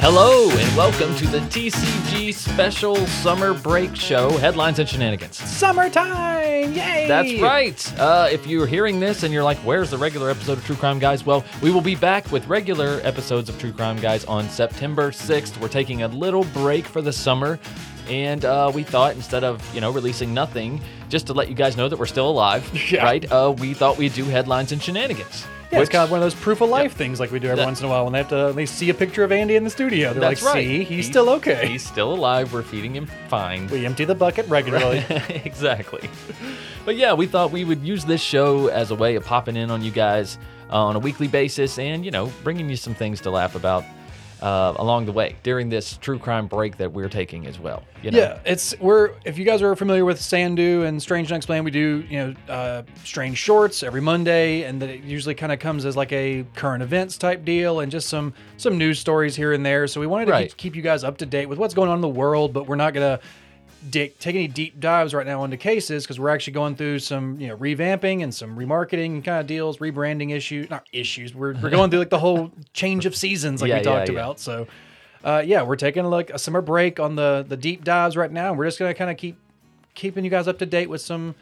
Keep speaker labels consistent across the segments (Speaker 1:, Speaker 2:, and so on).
Speaker 1: Hello and welcome to the TCG special summer break show, Headlines and Shenanigans.
Speaker 2: Summertime! Yay!
Speaker 1: That's right. Uh, if you're hearing this and you're like, where's the regular episode of True Crime Guys? Well, we will be back with regular episodes of True Crime Guys on September 6th. We're taking a little break for the summer. And uh, we thought instead of, you know, releasing nothing, just to let you guys know that we're still alive,
Speaker 2: Yeah.
Speaker 1: right? Uh, we thought we'd do headlines and shenanigans.
Speaker 2: Yeah, it's
Speaker 1: which-
Speaker 2: kind of one of those proof of life
Speaker 1: Yep.
Speaker 2: things like we do every
Speaker 1: That-
Speaker 2: once in a while when they have to at least see a picture of Andy in the studio. They're
Speaker 1: That's
Speaker 2: like,
Speaker 1: right.
Speaker 2: see, he's, still okay.
Speaker 1: He's still alive. We're feeding him fine.
Speaker 2: we empty the bucket regularly.
Speaker 1: exactly. But yeah, we thought we would use this show as a way of popping in on you guys uh, on a weekly basis and, you know, bringing you some things to laugh about uh, along the way during this true crime break that we're taking as well. You know?
Speaker 2: Yeah, it's we're if you guys are familiar with Sandu and Strange Next Plan, we do you know uh, strange shorts every Monday, and then it usually kind of comes as like a current events type deal and just some some news stories here and there. So we wanted to
Speaker 1: Right.
Speaker 2: keep, keep you guys up to date with what's going on in the world, but we're not gonna dig, take any deep dives right now into cases because we're actually going through some you know revamping and some remarketing kind of deals, rebranding issues, not issues. We're we're going through like the whole change of seasons like
Speaker 1: Yeah,
Speaker 2: we
Speaker 1: yeah,
Speaker 2: talked
Speaker 1: yeah.
Speaker 2: about. So uh, yeah, we're taking like a summer break on the the deep dives right now. and We're just gonna kind of keep keeping you guys up to date with some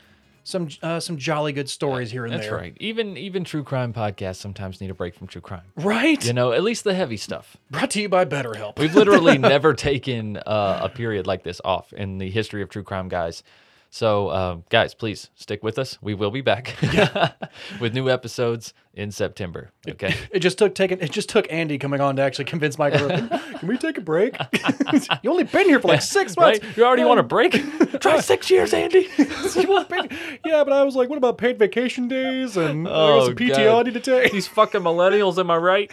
Speaker 2: some uh, some jolly good stories here and
Speaker 1: That's
Speaker 2: there.
Speaker 1: right. Even even true crime podcasts sometimes need a break from true crime.
Speaker 2: Right.
Speaker 1: You know, at least the heavy stuff.
Speaker 2: Brought to you by BetterHelp.
Speaker 1: We've literally never taken uh, a period like this off in the history of true crime, guys. So, uh, guys, please stick with us. We will be back with new episodes in September. Okay.
Speaker 2: It just took taking it just took Andy coming on to actually convince Michael. Can we take a break? you only been here for like six months.
Speaker 1: Right? You already want a break? Try six years, Andy.
Speaker 2: yeah, but I was like, what about paid vacation days and there was
Speaker 1: Oh,
Speaker 2: some PTO I
Speaker 1: God.
Speaker 2: need to take?
Speaker 1: These fucking millennials, am I right?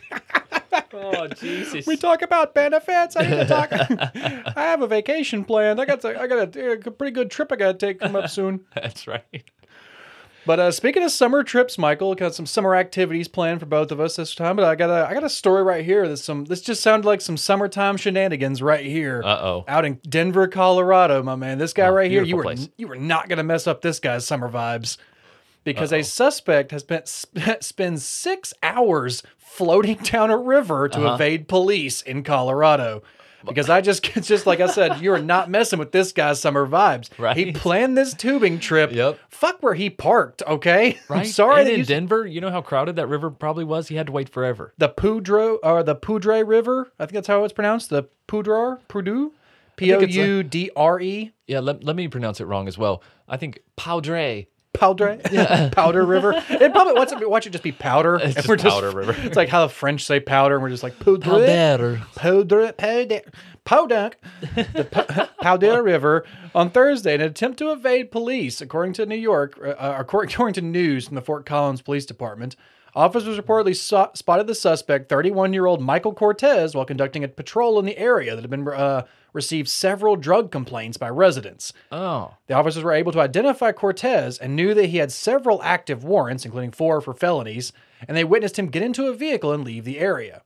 Speaker 1: Oh, Jesus.
Speaker 2: We talk about benefits. I need to talk. I have a vacation planned. I got to, I got a, a pretty good trip I got to take come up soon.
Speaker 1: That's right.
Speaker 2: But uh, speaking of summer trips, Michael, got some summer activities planned for both of us this time. But I got a I got a story right here. That's some. This just sounded like some summertime shenanigans right here.
Speaker 1: Uh-oh. Oh,
Speaker 2: Out in Denver, Colorado, my man. This guy right here. You
Speaker 1: beautiful
Speaker 2: were
Speaker 1: place.
Speaker 2: you were not gonna mess up this guy's summer vibes. Because a suspect has spent sp- spends six hours floating down a river to
Speaker 1: Uh-huh.
Speaker 2: evade police in Colorado. Because I just, it's just like I said, you are not messing with this guy's summer vibes. He
Speaker 1: Right.
Speaker 2: planned this tubing trip.
Speaker 1: Yep.
Speaker 2: Fuck where he parked, okay?
Speaker 1: Right?
Speaker 2: I'm sorry
Speaker 1: And
Speaker 2: that
Speaker 1: in
Speaker 2: you,
Speaker 1: Denver, you know how crowded that river probably was? He had to wait forever.
Speaker 2: the Poudre or the Poudre River. I think that's how it's pronounced. The Poudre, Poudre, P o
Speaker 1: think it's a-
Speaker 2: u d r e,
Speaker 1: Yeah, let, let me pronounce it wrong as well. I think Padre.
Speaker 2: Powder, Powder River. It probably what's it, watch it just be powder. and
Speaker 1: just Powder River.
Speaker 2: It's like how the French say powder, and we're just like Poudre, Powder, Powder, Powder, the P- Powder River on Thursday in an attempt to evade police, according to New York, uh, uh, according according to news from the Fort Collins Police Department. Officers reportedly saw, spotted the suspect, 31-year-old Michael Cortez, while conducting a patrol in the area that had been uh, received several drug complaints by residents.
Speaker 1: Oh.
Speaker 2: The officers were able to identify Cortez and knew that he had several active warrants, including four for felonies, and they witnessed him get into a vehicle and leave the area.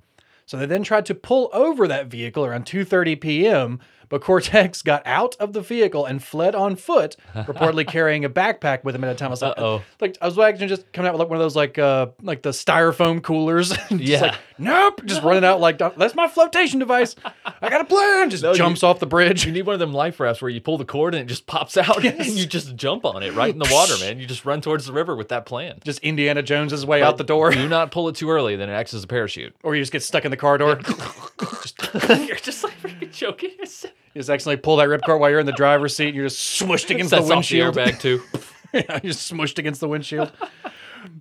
Speaker 2: So they then tried to pull over that vehicle around 2:30 p.m., but Cortez got out of the vehicle and fled on foot, reportedly carrying a backpack with him at a time. I was like,
Speaker 1: Uh-oh.
Speaker 2: like I was actually just coming out with like one of those like uh like the styrofoam coolers. And just
Speaker 1: Yeah.
Speaker 2: like, nope, just running out like that's my flotation device. I got a plan. Just
Speaker 1: you-
Speaker 2: jumps off the bridge.
Speaker 1: You need one of them life rafts where you pull the cord and it just pops out and you just jump on it right in the water, man. You just run towards the river with that plan.
Speaker 2: Just Indiana Jones's way out the door.
Speaker 1: Do not pull it too early, then it acts as a parachute.
Speaker 2: or you just get stuck in the car door.
Speaker 1: you're just like freaking choking yourself.
Speaker 2: you just accidentally pull that ripcord while you're in the driver's seat. And you're just smushed against the
Speaker 1: That's off the
Speaker 2: windshield.
Speaker 1: airbag too.
Speaker 2: yeah, you're smushed against the windshield.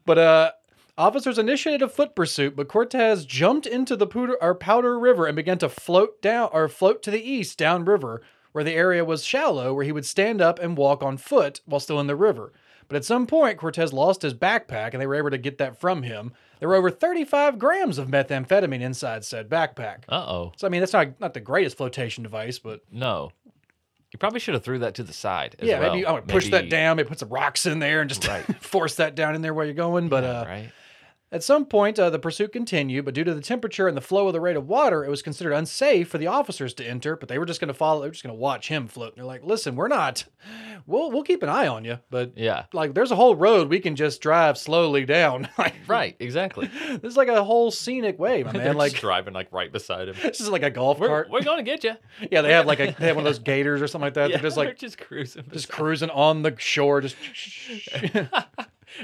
Speaker 2: but uh, officers initiated a foot pursuit, but Cortez jumped into the Poudre, or Powder River and began to float down or float to the east downriver, where the area was shallow, where he would stand up and walk on foot while still in the river. But at some point, Cortez lost his backpack, and they were able to get that from him. There were over 35 grams of methamphetamine inside said backpack.
Speaker 1: Uh oh.
Speaker 2: So I mean, that's not not the greatest flotation device, but
Speaker 1: No. You probably should have threw that to the side. As
Speaker 2: yeah,
Speaker 1: well.
Speaker 2: maybe you- I would push that
Speaker 1: Maybe-
Speaker 2: down. Maybe put some rocks in there and just force that down in there while you're going. But uh,
Speaker 1: Right.
Speaker 2: At some point, uh, the pursuit continued, but due to the temperature and the flow of the rate of water, it was considered unsafe for the officers to enter. But they were just going to follow. They were just going to watch him float. And they're like, "Listen, we're not. We'll we'll keep an eye on you, but
Speaker 1: Yeah.
Speaker 2: like, there's a whole road we can just drive slowly down. Like,
Speaker 1: Right. Exactly.
Speaker 2: this is like a whole scenic way, my
Speaker 1: They're
Speaker 2: man.
Speaker 1: like
Speaker 2: Like,
Speaker 1: driving like right beside him.
Speaker 2: this is like a golf
Speaker 1: We're,
Speaker 2: cart.
Speaker 1: we're gonna get you.
Speaker 2: Yeah, they have like a they have one of those gators or something like that. They're just like
Speaker 1: just cruising.
Speaker 2: just cruising on the shore, just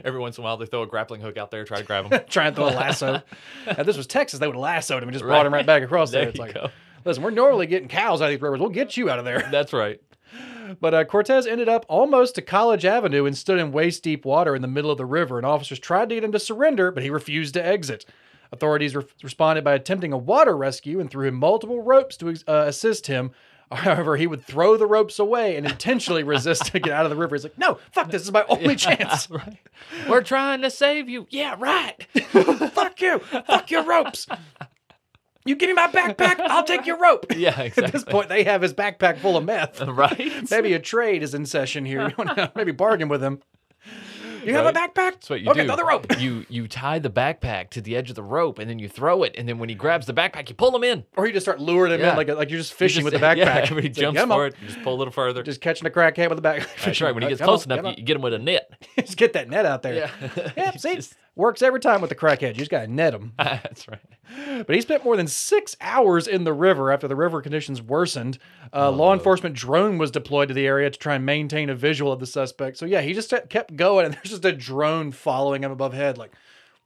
Speaker 1: Every once in a while, they throw a grappling hook out there, try to grab him.
Speaker 2: trying to throw a lasso. Now, this was Texas; they would have lassoed him and just
Speaker 1: Right.
Speaker 2: brought him right back across there.
Speaker 1: there
Speaker 2: It's
Speaker 1: you
Speaker 2: like,
Speaker 1: go.
Speaker 2: listen, we're normally getting cows out of these rivers. We'll get you out of there.
Speaker 1: That's right.
Speaker 2: But uh, Cortez ended up almost to College Avenue and stood in waist deep water in the middle of the river. And officers tried to get him to surrender, but he refused to exit. Authorities re- responded by attempting a water rescue and threw him multiple ropes to ex- uh, assist him. However, he would throw the ropes away and intentionally resist to get out of the river. He's like, no, fuck, this is my only chance.
Speaker 1: right. We're trying to save you. Yeah. Right.
Speaker 2: fuck you. Fuck your ropes. You give me my backpack, I'll take your rope.
Speaker 1: Yeah.
Speaker 2: At this
Speaker 1: Exactly.
Speaker 2: point, they have his backpack full of meth.
Speaker 1: right.
Speaker 2: Maybe a trade is in session here. You wanna maybe bargain with him. You have a backpack?
Speaker 1: That's what you
Speaker 2: okay,
Speaker 1: do.
Speaker 2: another rope.
Speaker 1: You you tie the backpack to the edge of the rope, and then you throw it. And then when he grabs the backpack, you pull him in.
Speaker 2: Or you just start luring him
Speaker 1: Yeah.
Speaker 2: in like like you're just fishing
Speaker 1: Just-
Speaker 2: with the backpack.
Speaker 1: Yeah, everybody
Speaker 2: It's like,
Speaker 1: jumps
Speaker 2: "Get him
Speaker 1: for
Speaker 2: up."
Speaker 1: it. You um." just pull a little further.
Speaker 2: Just catching a crackhead with the back.
Speaker 1: That's right. When he gets close enough, you, you get him with a net.
Speaker 2: you just get that net out there.
Speaker 1: Yeah.
Speaker 2: Yep, see,
Speaker 1: Just-
Speaker 2: works every time with the crackhead. You just gotta net him.
Speaker 1: That's right.
Speaker 2: But he spent more than six hours in the river after the river conditions worsened.
Speaker 1: Oh,
Speaker 2: Uh, Law enforcement drone was deployed to the area to try and maintain a visual of the suspect. So yeah, he just kept going, and there's just a drone following him above head. Like,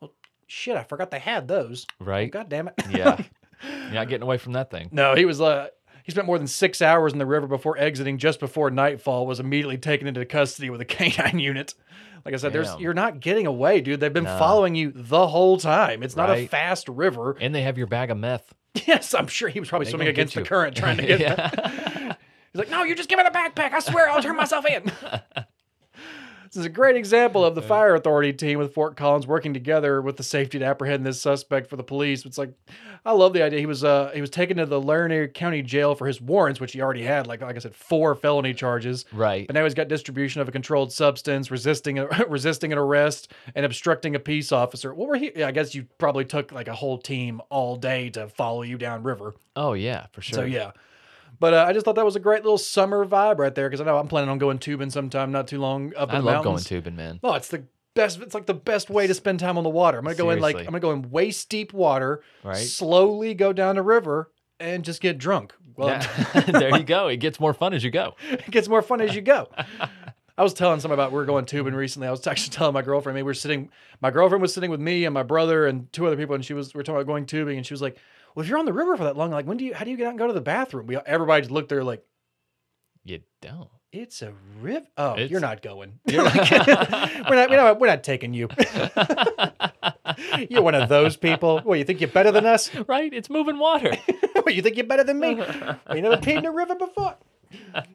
Speaker 2: well, shit, I forgot they had those.
Speaker 1: Right.
Speaker 2: God damn it.
Speaker 1: Yeah. You're not getting away from that thing.
Speaker 2: no, he was. Uh, he spent more than six hours in the river before exiting just before nightfall. Was immediately taken into custody with a canine unit. Like I said, there's
Speaker 1: Damn.
Speaker 2: you're not getting away, dude. They've been following you the whole time. It's not a
Speaker 1: Right.
Speaker 2: fast river.
Speaker 1: And they have your bag of meth.
Speaker 2: Yes, I'm sure he was probably
Speaker 1: They
Speaker 2: swimming
Speaker 1: gonna get
Speaker 2: against the
Speaker 1: you.
Speaker 2: current trying to get
Speaker 1: Yeah.
Speaker 2: He's like, no, you just give me the backpack. I swear I'll turn myself in. this is a great example of the fire authority team with Fort Collins working together with the safety to apprehend this suspect for the police. It's like, I love the idea. He was uh, he was taken to the Laramie County Jail for his warrants, which he already had. Like like I said, four felony charges.
Speaker 1: Right.
Speaker 2: But now he's got distribution of a controlled substance, resisting resisting an arrest, and obstructing a peace officer. What were he? Yeah, I guess you probably took like a whole team all day to follow you down river.
Speaker 1: Oh yeah, for sure.
Speaker 2: So yeah. But uh, I just thought that was a great little summer vibe right there because I know I'm planning on going tubing sometime not too long up in
Speaker 1: I
Speaker 2: the
Speaker 1: love going
Speaker 2: mountains.
Speaker 1: tubing, man.
Speaker 2: No, it's the best. It's like the best way to spend time on the water. I'm gonna go in like I'm
Speaker 1: Seriously.
Speaker 2: gonna go in waist deep water,
Speaker 1: Right.
Speaker 2: slowly go down the river and just get drunk. Well,
Speaker 1: Yeah. there you go. It gets more fun as you go.
Speaker 2: it gets more fun as you go. I was telling somebody about we were going tubing recently. I was actually telling my girlfriend, I mean, we were sitting, my girlfriend was sitting with me and my brother and two other people, and she was, we were talking about going tubing, and she was like, "Well, if you're on the river for that long, like, when do you, how do you get out and go to the bathroom?" We everybody just looked there like,
Speaker 1: You don't.
Speaker 2: "It's a river. Oh,
Speaker 1: It's-
Speaker 2: you're not going. we're not, we're not, we're not taking you. you're one of those people. Well, you think you're better than us?
Speaker 1: Right? It's moving water.
Speaker 2: What, you think you're better than me? Well, you never peed in a river before.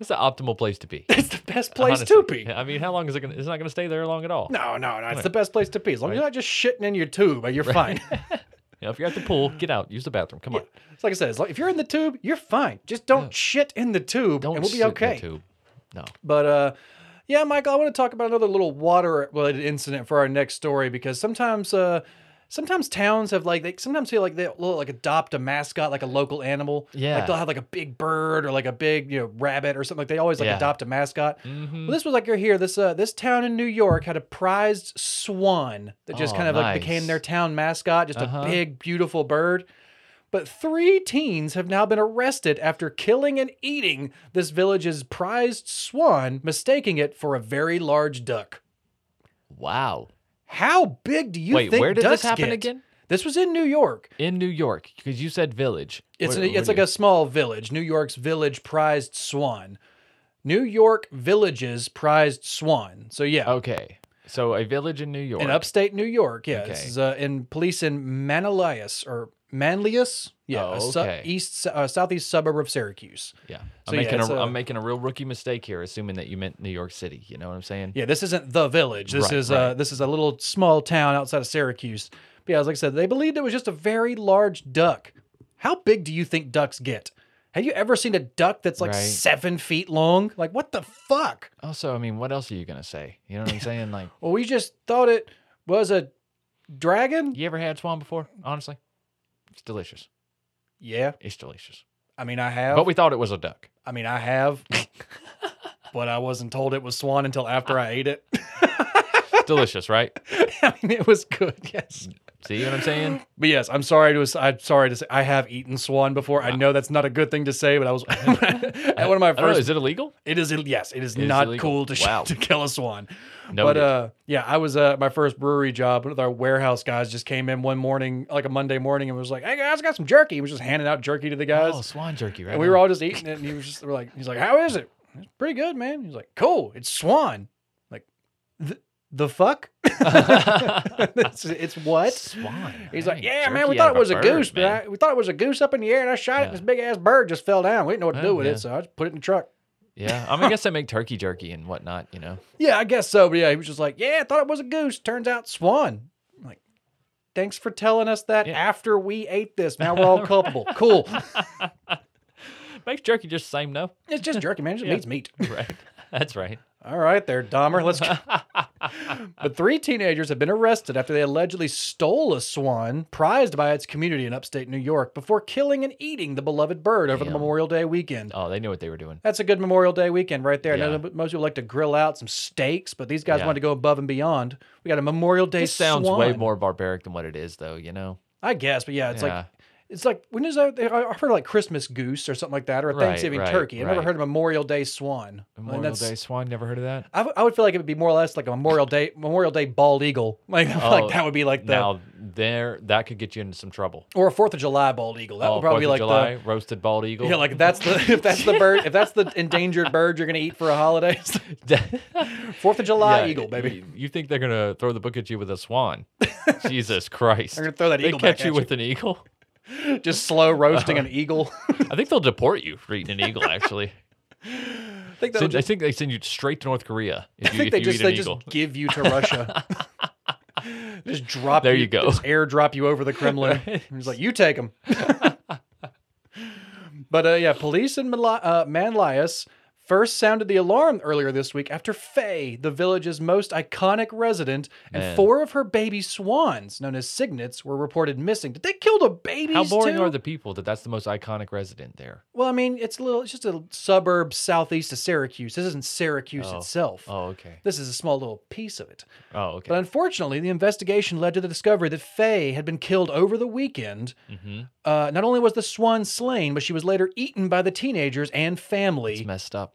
Speaker 1: It's the optimal place to be.
Speaker 2: It's the best place
Speaker 1: honestly.
Speaker 2: to pee.
Speaker 1: I mean, how long is it gonna it's not gonna stay there long at all.
Speaker 2: No, no, no. It's the best place to pee. As long as you're not just shitting in your tube, you're fine.
Speaker 1: You know, if you're at the pool, get out, use the bathroom. Come on.
Speaker 2: it's like I said, it's like, if you're in the tube, you're fine. Just don't shit in the tube
Speaker 1: Don't
Speaker 2: and we'll
Speaker 1: sit
Speaker 2: be
Speaker 1: in the
Speaker 2: okay.
Speaker 1: tube. No.
Speaker 2: But uh yeah, Michael, I want to talk about another little water related incident for our next story because sometimes uh sometimes towns have like they sometimes feel like they'll like adopt a mascot like a local animal. Like
Speaker 1: Yeah.
Speaker 2: they'll have like a big bird or like a big, you know, rabbit or something like they always like
Speaker 1: Yeah.
Speaker 2: adopt a mascot.
Speaker 1: Mhm.
Speaker 2: Well, this was like you're here. This uh, this town in New York had a prized swan that just
Speaker 1: Oh,
Speaker 2: kind of like became
Speaker 1: nice.
Speaker 2: their town mascot, just
Speaker 1: Uh-huh.
Speaker 2: a big, beautiful bird. But three teens have now been arrested after killing and eating this village's prized swan, mistaking it for a very large duck.
Speaker 1: Wow.
Speaker 2: How big do you
Speaker 1: Wait,
Speaker 2: think
Speaker 1: where did
Speaker 2: ducks
Speaker 1: this happen
Speaker 2: get?
Speaker 1: again?
Speaker 2: This was in New York.
Speaker 1: In New York, because you said village.
Speaker 2: It's
Speaker 1: Where-
Speaker 2: a, it's
Speaker 1: where
Speaker 2: like
Speaker 1: do
Speaker 2: a small village, New York's village prized swan. New York village's prized swan. So yeah,
Speaker 1: you- okay. So a village in New York.
Speaker 2: In upstate New York, yeah. This
Speaker 1: Okay.
Speaker 2: is uh, in police in Manlius or Manlius, yeah,
Speaker 1: Oh,
Speaker 2: a su-
Speaker 1: okay.
Speaker 2: east uh, southeast suburb of Syracuse.
Speaker 1: Yeah.
Speaker 2: So,
Speaker 1: I'm
Speaker 2: yeah,
Speaker 1: making
Speaker 2: it's
Speaker 1: a,
Speaker 2: a-
Speaker 1: I'm making a real rookie mistake here, assuming that you meant New York City. You know what I'm saying?
Speaker 2: Yeah, this isn't the village. This
Speaker 1: Right,
Speaker 2: is uh,
Speaker 1: right.
Speaker 2: this is a little small town outside of Syracuse. But yeah, like I said, they believed it was just a very large duck. How big do you think ducks get? Have you ever seen a duck that's like
Speaker 1: Right.
Speaker 2: seven feet long? Like what the fuck?
Speaker 1: Also, I mean, what else are you gonna say? You know what I'm saying? Like,
Speaker 2: Well, we just thought it was a Dragon?
Speaker 1: You ever had swan before? Honestly, it's delicious.
Speaker 2: Yeah.
Speaker 1: It's delicious.
Speaker 2: I mean, I have.
Speaker 1: But we thought it was a duck.
Speaker 2: I mean, I have. but I wasn't told it was swan until after I ate it.
Speaker 1: It's delicious, right?
Speaker 2: I mean, it was good. Yes.
Speaker 1: See what I'm saying?
Speaker 2: But yes, I'm sorry to I'm sorry to say I have eaten swan before. I know that's not a good thing to say, but I was at one of my
Speaker 1: I don't know,
Speaker 2: first.
Speaker 1: is it illegal?
Speaker 2: it is ill- yes, it is
Speaker 1: It is
Speaker 2: not
Speaker 1: illegal.
Speaker 2: cool to sh-
Speaker 1: Wow.
Speaker 2: to kill a swan.
Speaker 1: No.
Speaker 2: but uh, yeah, I was uh, my first brewery job. One of our warehouse guys just came in one morning, like a Monday morning, and was like, "Hey guys, I got some jerky." He was just handing out jerky to the guys,
Speaker 1: oh, swan jerky, right?
Speaker 2: and we were all just eating it. And he was just we're like, "He's like, how is it? It's pretty good, man." He's like, "Cool, it's swan." Like, the, the fuck? it's, it's what?
Speaker 1: swan.
Speaker 2: He's
Speaker 1: Dang,
Speaker 2: like, yeah, man,
Speaker 1: jerky out
Speaker 2: we thought
Speaker 1: of
Speaker 2: it was a,
Speaker 1: bird,
Speaker 2: goose,
Speaker 1: man.
Speaker 2: but I, we thought it was a goose up in the air, and I shot it,
Speaker 1: Yeah.
Speaker 2: and this big ass bird just fell down. We didn't know what to
Speaker 1: Oh,
Speaker 2: do with
Speaker 1: yeah.
Speaker 2: it, so I just put it in the truck.
Speaker 1: yeah, I mean, I guess they make turkey jerky and whatnot, you know.
Speaker 2: Yeah, I guess so. But yeah, he was just like, yeah, I thought it was a goose. Turns out swan. I'm like, thanks for telling us that
Speaker 1: Yeah.
Speaker 2: after we ate this. Now we're all culpable. Cool.
Speaker 1: Makes jerky just the same, no?
Speaker 2: It's just jerky, man. It just
Speaker 1: Yeah.
Speaker 2: meats meat.
Speaker 1: Right. That's right.
Speaker 2: All right, there, Dahmer. Let's. Go. but three teenagers have been arrested after they allegedly stole a swan prized by its community in upstate New York before killing and eating the beloved bird over
Speaker 1: Damn.
Speaker 2: the Memorial Day weekend.
Speaker 1: Oh, they knew what they were doing.
Speaker 2: That's a good Memorial Day weekend right there. I know
Speaker 1: Yeah.
Speaker 2: that most people like to grill out some steaks, but these guys
Speaker 1: Yeah.
Speaker 2: wanted to go above and beyond. We got a Memorial Day.
Speaker 1: It sounds way
Speaker 2: swan.
Speaker 1: more barbaric than what it is, though. You know.
Speaker 2: I guess, but yeah, it's
Speaker 1: Yeah.
Speaker 2: like it's like when is that? I I've heard like Christmas goose or something like that, or a
Speaker 1: Right,
Speaker 2: Thanksgiving
Speaker 1: right,
Speaker 2: turkey. I've
Speaker 1: right.
Speaker 2: never heard of Memorial Day swan. I mean,
Speaker 1: Memorial
Speaker 2: that's-
Speaker 1: Day swan. Never heard of that.
Speaker 2: I, w- I would feel like it would be more or less like a Memorial Day Memorial Day bald eagle. Like,
Speaker 1: Oh,
Speaker 2: like that would be like the
Speaker 1: now there, that could get you into some trouble.
Speaker 2: or a Fourth of July bald eagle. That
Speaker 1: Oh,
Speaker 2: would probably be
Speaker 1: Fourth
Speaker 2: like
Speaker 1: of July, roasted bald
Speaker 2: the
Speaker 1: eagle.
Speaker 2: yeah, like that's the if that's the bird if that's the endangered bird you're gonna eat for a holiday. Fourth of July
Speaker 1: Yeah,
Speaker 2: eagle, baby.
Speaker 1: You, you think they're gonna throw the book at you with a swan? Jesus Christ!
Speaker 2: They're gonna throw that
Speaker 1: They
Speaker 2: eagle back
Speaker 1: catch
Speaker 2: at
Speaker 1: you
Speaker 2: you.
Speaker 1: with an eagle.
Speaker 2: Just slow roasting
Speaker 1: Uh-huh.
Speaker 2: an eagle.
Speaker 1: I think they'll deport you for eating an eagle. Actually,
Speaker 2: I think
Speaker 1: So
Speaker 2: that'll
Speaker 1: I
Speaker 2: just,
Speaker 1: think they send you straight to North Korea if
Speaker 2: I
Speaker 1: you,
Speaker 2: think
Speaker 1: if
Speaker 2: they
Speaker 1: you
Speaker 2: just
Speaker 1: eat an
Speaker 2: they just
Speaker 1: eagle.
Speaker 2: give you to Russia. just drop
Speaker 1: There you go.
Speaker 2: Just airdrop you over the Kremlin. He's like, you take them. but uh, yeah, police in Mali- uh, Manlius first sounded the alarm earlier this week after Faye, the village's most iconic resident, and
Speaker 1: Man.
Speaker 2: four of her baby swans, known as cygnets, were reported missing. Did they kill the babies?
Speaker 1: How boring
Speaker 2: too?
Speaker 1: are the people that that's the most iconic resident there?
Speaker 2: Well, I mean, it's a little. It's just a suburb southeast of Syracuse. This isn't Syracuse
Speaker 1: Oh.
Speaker 2: itself.
Speaker 1: Oh, okay.
Speaker 2: This is a small little piece of it.
Speaker 1: Oh, okay.
Speaker 2: But unfortunately, the investigation led to the discovery that Faye had been killed over the weekend.
Speaker 1: mm-hmm.
Speaker 2: Uh, not only was the swan slain, but she was later eaten by the teenagers and family.
Speaker 1: It's
Speaker 2: Like
Speaker 1: messed up.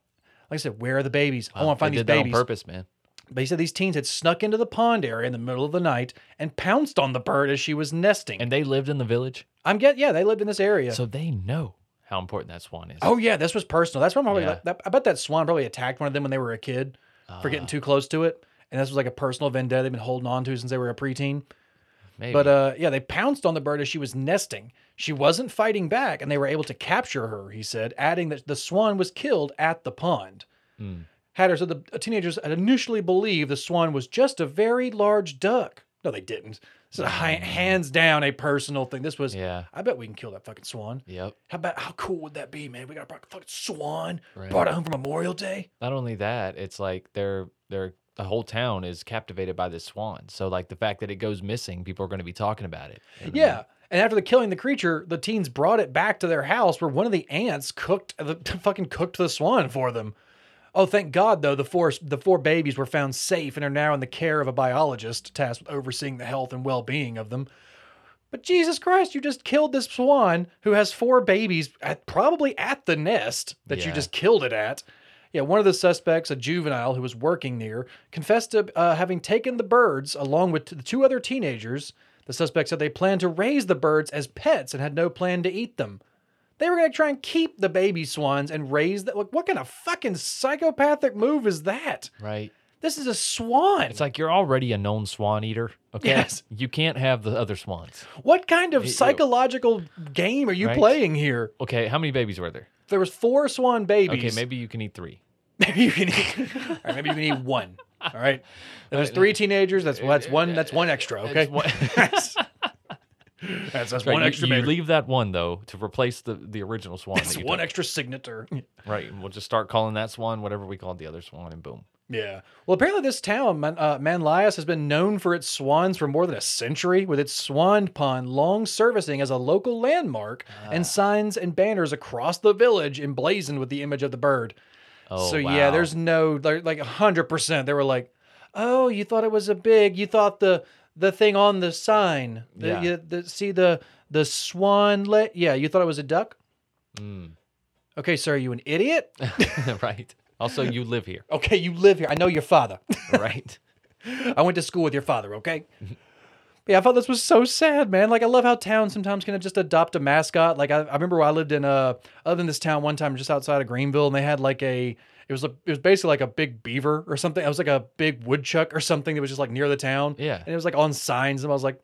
Speaker 2: I said, where are the babies? I
Speaker 1: Wow,
Speaker 2: want to
Speaker 1: they
Speaker 2: find these
Speaker 1: did that
Speaker 2: babies.
Speaker 1: on purpose, man.
Speaker 2: But he said these teens had snuck into the pond area in the middle of the night and pounced on the bird as she was nesting.
Speaker 1: And
Speaker 2: And
Speaker 1: they lived in the village,
Speaker 2: I'm get yeah, they lived in this area.
Speaker 1: so they know how important that swan is.
Speaker 2: oh yeah, this was personal. That's probably
Speaker 1: Yeah.
Speaker 2: that, I bet that swan probably attacked one of them when they were a kid for
Speaker 1: Ah.
Speaker 2: getting too close to it. And this was like a personal vendetta they've been holding on to since they were a preteen.
Speaker 1: Maybe.
Speaker 2: But uh, yeah, they pounced on the bird as she was nesting. She wasn't fighting back, and they were able to capture her. He said, adding that the swan was killed at the pond.
Speaker 1: Hmm.
Speaker 2: Hatter said the uh, teenagers had initially believed the swan was just a very large duck. No, they didn't. This is a hi- hands down a personal thing. This was.
Speaker 1: Mm. yeah.
Speaker 2: I bet we can kill that fucking swan.
Speaker 1: Yep.
Speaker 2: How about how cool would that be, man? We got a fucking- fucking swan.
Speaker 1: Right.
Speaker 2: Brought it home for Memorial Day.
Speaker 1: Not only that, it's like they're they're the whole town is captivated by this swan. So like the fact that it goes missing, people are going to be talking about it. you know?
Speaker 2: Yeah. And after the killing the creature, the teens brought it back to their house where one of the ants cooked the fucking cooked the swan for them. Oh, thank God though, the four the four babies were found safe and are now in the care of a biologist tasked with overseeing the health and well-being of them. But Jesus Christ, you just killed this swan who has four babies at, probably at the nest that
Speaker 1: Yeah.
Speaker 2: you just killed it at. Yeah, one of the suspects, a juvenile who was working there, confessed to uh, having taken the birds along with the two other teenagers. The suspect said they planned to raise the birds as pets and had no plan to eat them. They were going to try and keep the baby swans and raise them. Like, what kind of fucking psychopathic move is that?
Speaker 1: Right.
Speaker 2: This is a swan.
Speaker 1: It's like you're already a known swan eater. Okay.
Speaker 2: Yes.
Speaker 1: You can't have the other swans.
Speaker 2: what kind of
Speaker 1: It- it-
Speaker 2: psychological game are you
Speaker 1: Right?
Speaker 2: playing here?
Speaker 1: Okay. How many babies were there?
Speaker 2: There was four swan babies.
Speaker 1: Okay. Maybe you can eat three.
Speaker 2: Maybe you can eat. All right, maybe you can eat one. All right. There's three teenagers. That's that's one. That's one extra. Okay.
Speaker 1: It's one-
Speaker 2: That's, that's
Speaker 1: Right,
Speaker 2: one
Speaker 1: you-
Speaker 2: extra
Speaker 1: you,
Speaker 2: baby.
Speaker 1: leave that one though to replace the the original swan.
Speaker 2: That's
Speaker 1: that you
Speaker 2: one
Speaker 1: took.
Speaker 2: extra signature.
Speaker 1: right, and we'll just start calling that swan whatever we called the other swan, and boom.
Speaker 2: Yeah. Well, apparently this town, Man- uh, Manlius, has been known for its swans for more than a century, with its swan pond long servicing as a local landmark and signs and banners across the village emblazoned with the image of the bird.
Speaker 1: Oh,
Speaker 2: so
Speaker 1: wow.
Speaker 2: yeah, there's no like like hundred percent. They were like, "Oh, you thought it was a big? You thought the the thing on the sign? The,
Speaker 1: Yeah.
Speaker 2: you- the- see the the swan let? Yeah, you thought it was a duck?
Speaker 1: Mm.
Speaker 2: Okay, sir, are you an idiot?
Speaker 1: right. Also, you live here,
Speaker 2: okay, you live here. I know your father.
Speaker 1: right?
Speaker 2: I went to school with your father, okay? But yeah, I thought this was so sad, man. Like, I love how towns sometimes can just adopt a mascot. Like, I, I remember when I lived in uh, I lived in this town one time just outside of Greenville, and they had like a, it was a, it was basically like a big beaver or something. It was like a big woodchuck or something that was just like near the town.
Speaker 1: Yeah.
Speaker 2: and it was like on signs, and I was like,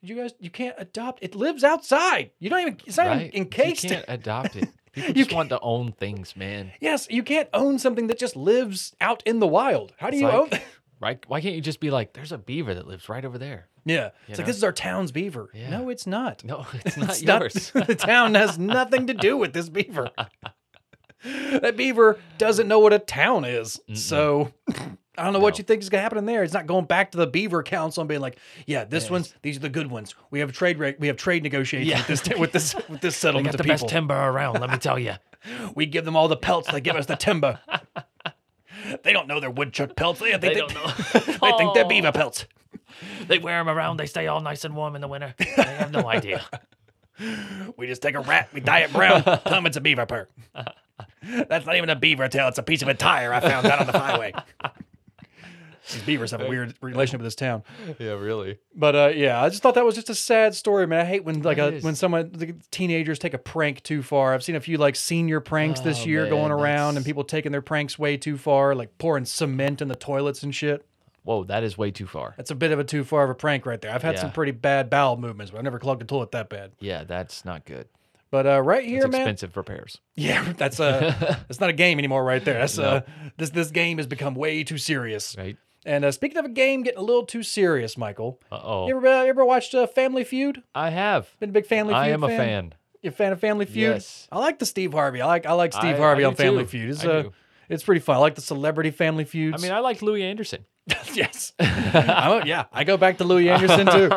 Speaker 2: you guys, you can't adopt. It lives outside. You don't even. It's not
Speaker 1: right.
Speaker 2: even encased.
Speaker 1: You can't adopt it. People
Speaker 2: You
Speaker 1: just want to own things, man.
Speaker 2: Yes, you can't own something that just lives out in the wild. How do
Speaker 1: It's
Speaker 2: you
Speaker 1: like-
Speaker 2: own?
Speaker 1: Right? Why can't you just be like, "There's a beaver that lives right over there"?
Speaker 2: Yeah. It's like
Speaker 1: know?
Speaker 2: this is our town's beaver.
Speaker 1: Yeah.
Speaker 2: No, it's not.
Speaker 1: No, it's not
Speaker 2: It's not-
Speaker 1: yours.
Speaker 2: the town has nothing to do with this beaver. that beaver doesn't know what a town is. So I don't know what
Speaker 1: No.
Speaker 2: you think is going to happen in there. It's not going back to the beaver council and being like, "Yeah, this one's these are the good ones. We have trade reg- we have trade negotiations
Speaker 1: Yeah.
Speaker 2: with this with this with this
Speaker 1: I
Speaker 2: settlement
Speaker 1: got the
Speaker 2: of
Speaker 1: best
Speaker 2: people.
Speaker 1: timber around. Let me tell you.
Speaker 2: we give them all the pelts. They give us the timber. they don't know they're woodchuck pelts. They,
Speaker 1: They
Speaker 2: they-
Speaker 1: don't know.
Speaker 2: they think they're
Speaker 1: Oh.
Speaker 2: beaver pelts.
Speaker 1: They wear them around. They stay all nice and warm in the winter. They have no idea.
Speaker 2: We just take a rat, we dye it brown, tell 'em it's a beaver purr. That's not even a beaver tail, it's a piece of a tire I found out on the highway. These beavers have a weird relationship with this town.
Speaker 1: yeah, really.
Speaker 2: But uh, yeah, I just thought that was just a sad story, man. I hate when like
Speaker 1: That
Speaker 2: a,
Speaker 1: is.
Speaker 2: when someone like, teenagers take a prank too far. I've seen a few like senior pranks
Speaker 1: Oh,
Speaker 2: this year going
Speaker 1: man,
Speaker 2: around
Speaker 1: that's-
Speaker 2: and people taking their pranks way too far, like pouring cement in the toilets and shit.
Speaker 1: Whoa, that is way too far.
Speaker 2: That's a bit of a too far of a prank right there. I've had some
Speaker 1: Yeah.
Speaker 2: pretty bad bowel movements, but I've never clogged a toilet that bad.
Speaker 1: Yeah, that's not good.
Speaker 2: But uh, right
Speaker 1: It's
Speaker 2: here, man,
Speaker 1: expensive repairs.
Speaker 2: Yeah, that's uh, that's not a game anymore, right there. That's uh, this this game has become way too serious.
Speaker 1: Right?
Speaker 2: And uh, speaking of a game getting a little too serious, Michael,
Speaker 1: Uh oh.
Speaker 2: you ever uh, you ever watched uh, Family Feud?
Speaker 1: I have.
Speaker 2: Been a big Family Feud.
Speaker 1: I am a fan.
Speaker 2: You a fan of Family Feud?
Speaker 1: Yes.
Speaker 2: I like the Steve Harvey. I like I like Steve
Speaker 1: I-
Speaker 2: Harvey
Speaker 1: I
Speaker 2: on
Speaker 1: do
Speaker 2: Family
Speaker 1: too.
Speaker 2: Feud. It's
Speaker 1: I
Speaker 2: uh,
Speaker 1: do.
Speaker 2: it's pretty fun. I like the celebrity Family
Speaker 1: I
Speaker 2: Feuds.
Speaker 1: mean, I like Louis Anderson.
Speaker 2: yes, I'm a- yeah, I go back to Louis Anderson too.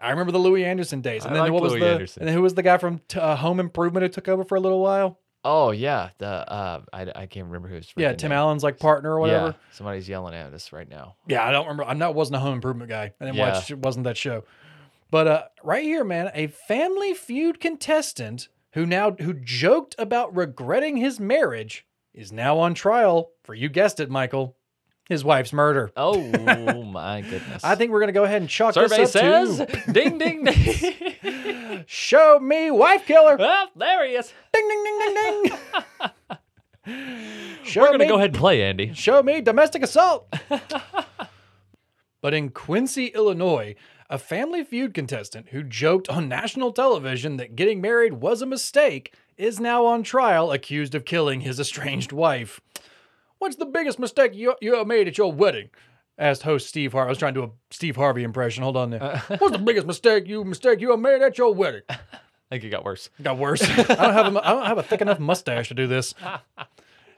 Speaker 2: I remember the Louis Anderson days. And
Speaker 1: I
Speaker 2: then
Speaker 1: like
Speaker 2: what was
Speaker 1: Louis
Speaker 2: the
Speaker 1: Anderson.
Speaker 2: and then who was the guy from t- uh, Home Improvement who took over for a little while?
Speaker 1: Oh yeah, the uh, I, I can't remember who's.
Speaker 2: Yeah, Tim Allen's like partner or whatever.
Speaker 1: Yeah, somebody's yelling at us right now.
Speaker 2: Yeah, I don't remember. I'm not wasn't a Home Improvement guy. I didn't
Speaker 1: Yeah.
Speaker 2: watch. It wasn't that show. But uh, right here, man, a Family Feud contestant who now who joked about regretting his marriage is now on trial for you guessed it, Michael, his wife's murder.
Speaker 1: Oh my goodness!
Speaker 2: I think we're gonna go ahead and chalk
Speaker 1: survey
Speaker 2: this up
Speaker 1: says
Speaker 2: to
Speaker 1: ding ding ding.
Speaker 2: "Show me wife killer."
Speaker 1: well, there he is.
Speaker 2: ding ding ding ding ding. Show
Speaker 1: We're gonna
Speaker 2: me
Speaker 1: go ahead and play, Andy.
Speaker 2: Show me domestic assault. but in Quincy, Illinois, a Family Feud contestant who joked on national television that getting married was a mistake is now on trial accused of killing his estranged wife. What's the biggest mistake you, you ever made at your wedding? Asked host Steve Harvey. I was trying to do a Steve Harvey impression. Hold on there. What's the biggest mistake you mistake you ever made at your wedding?
Speaker 1: I think it got worse.
Speaker 2: Got worse. I don't have a, I don't have a thick enough mustache to do this.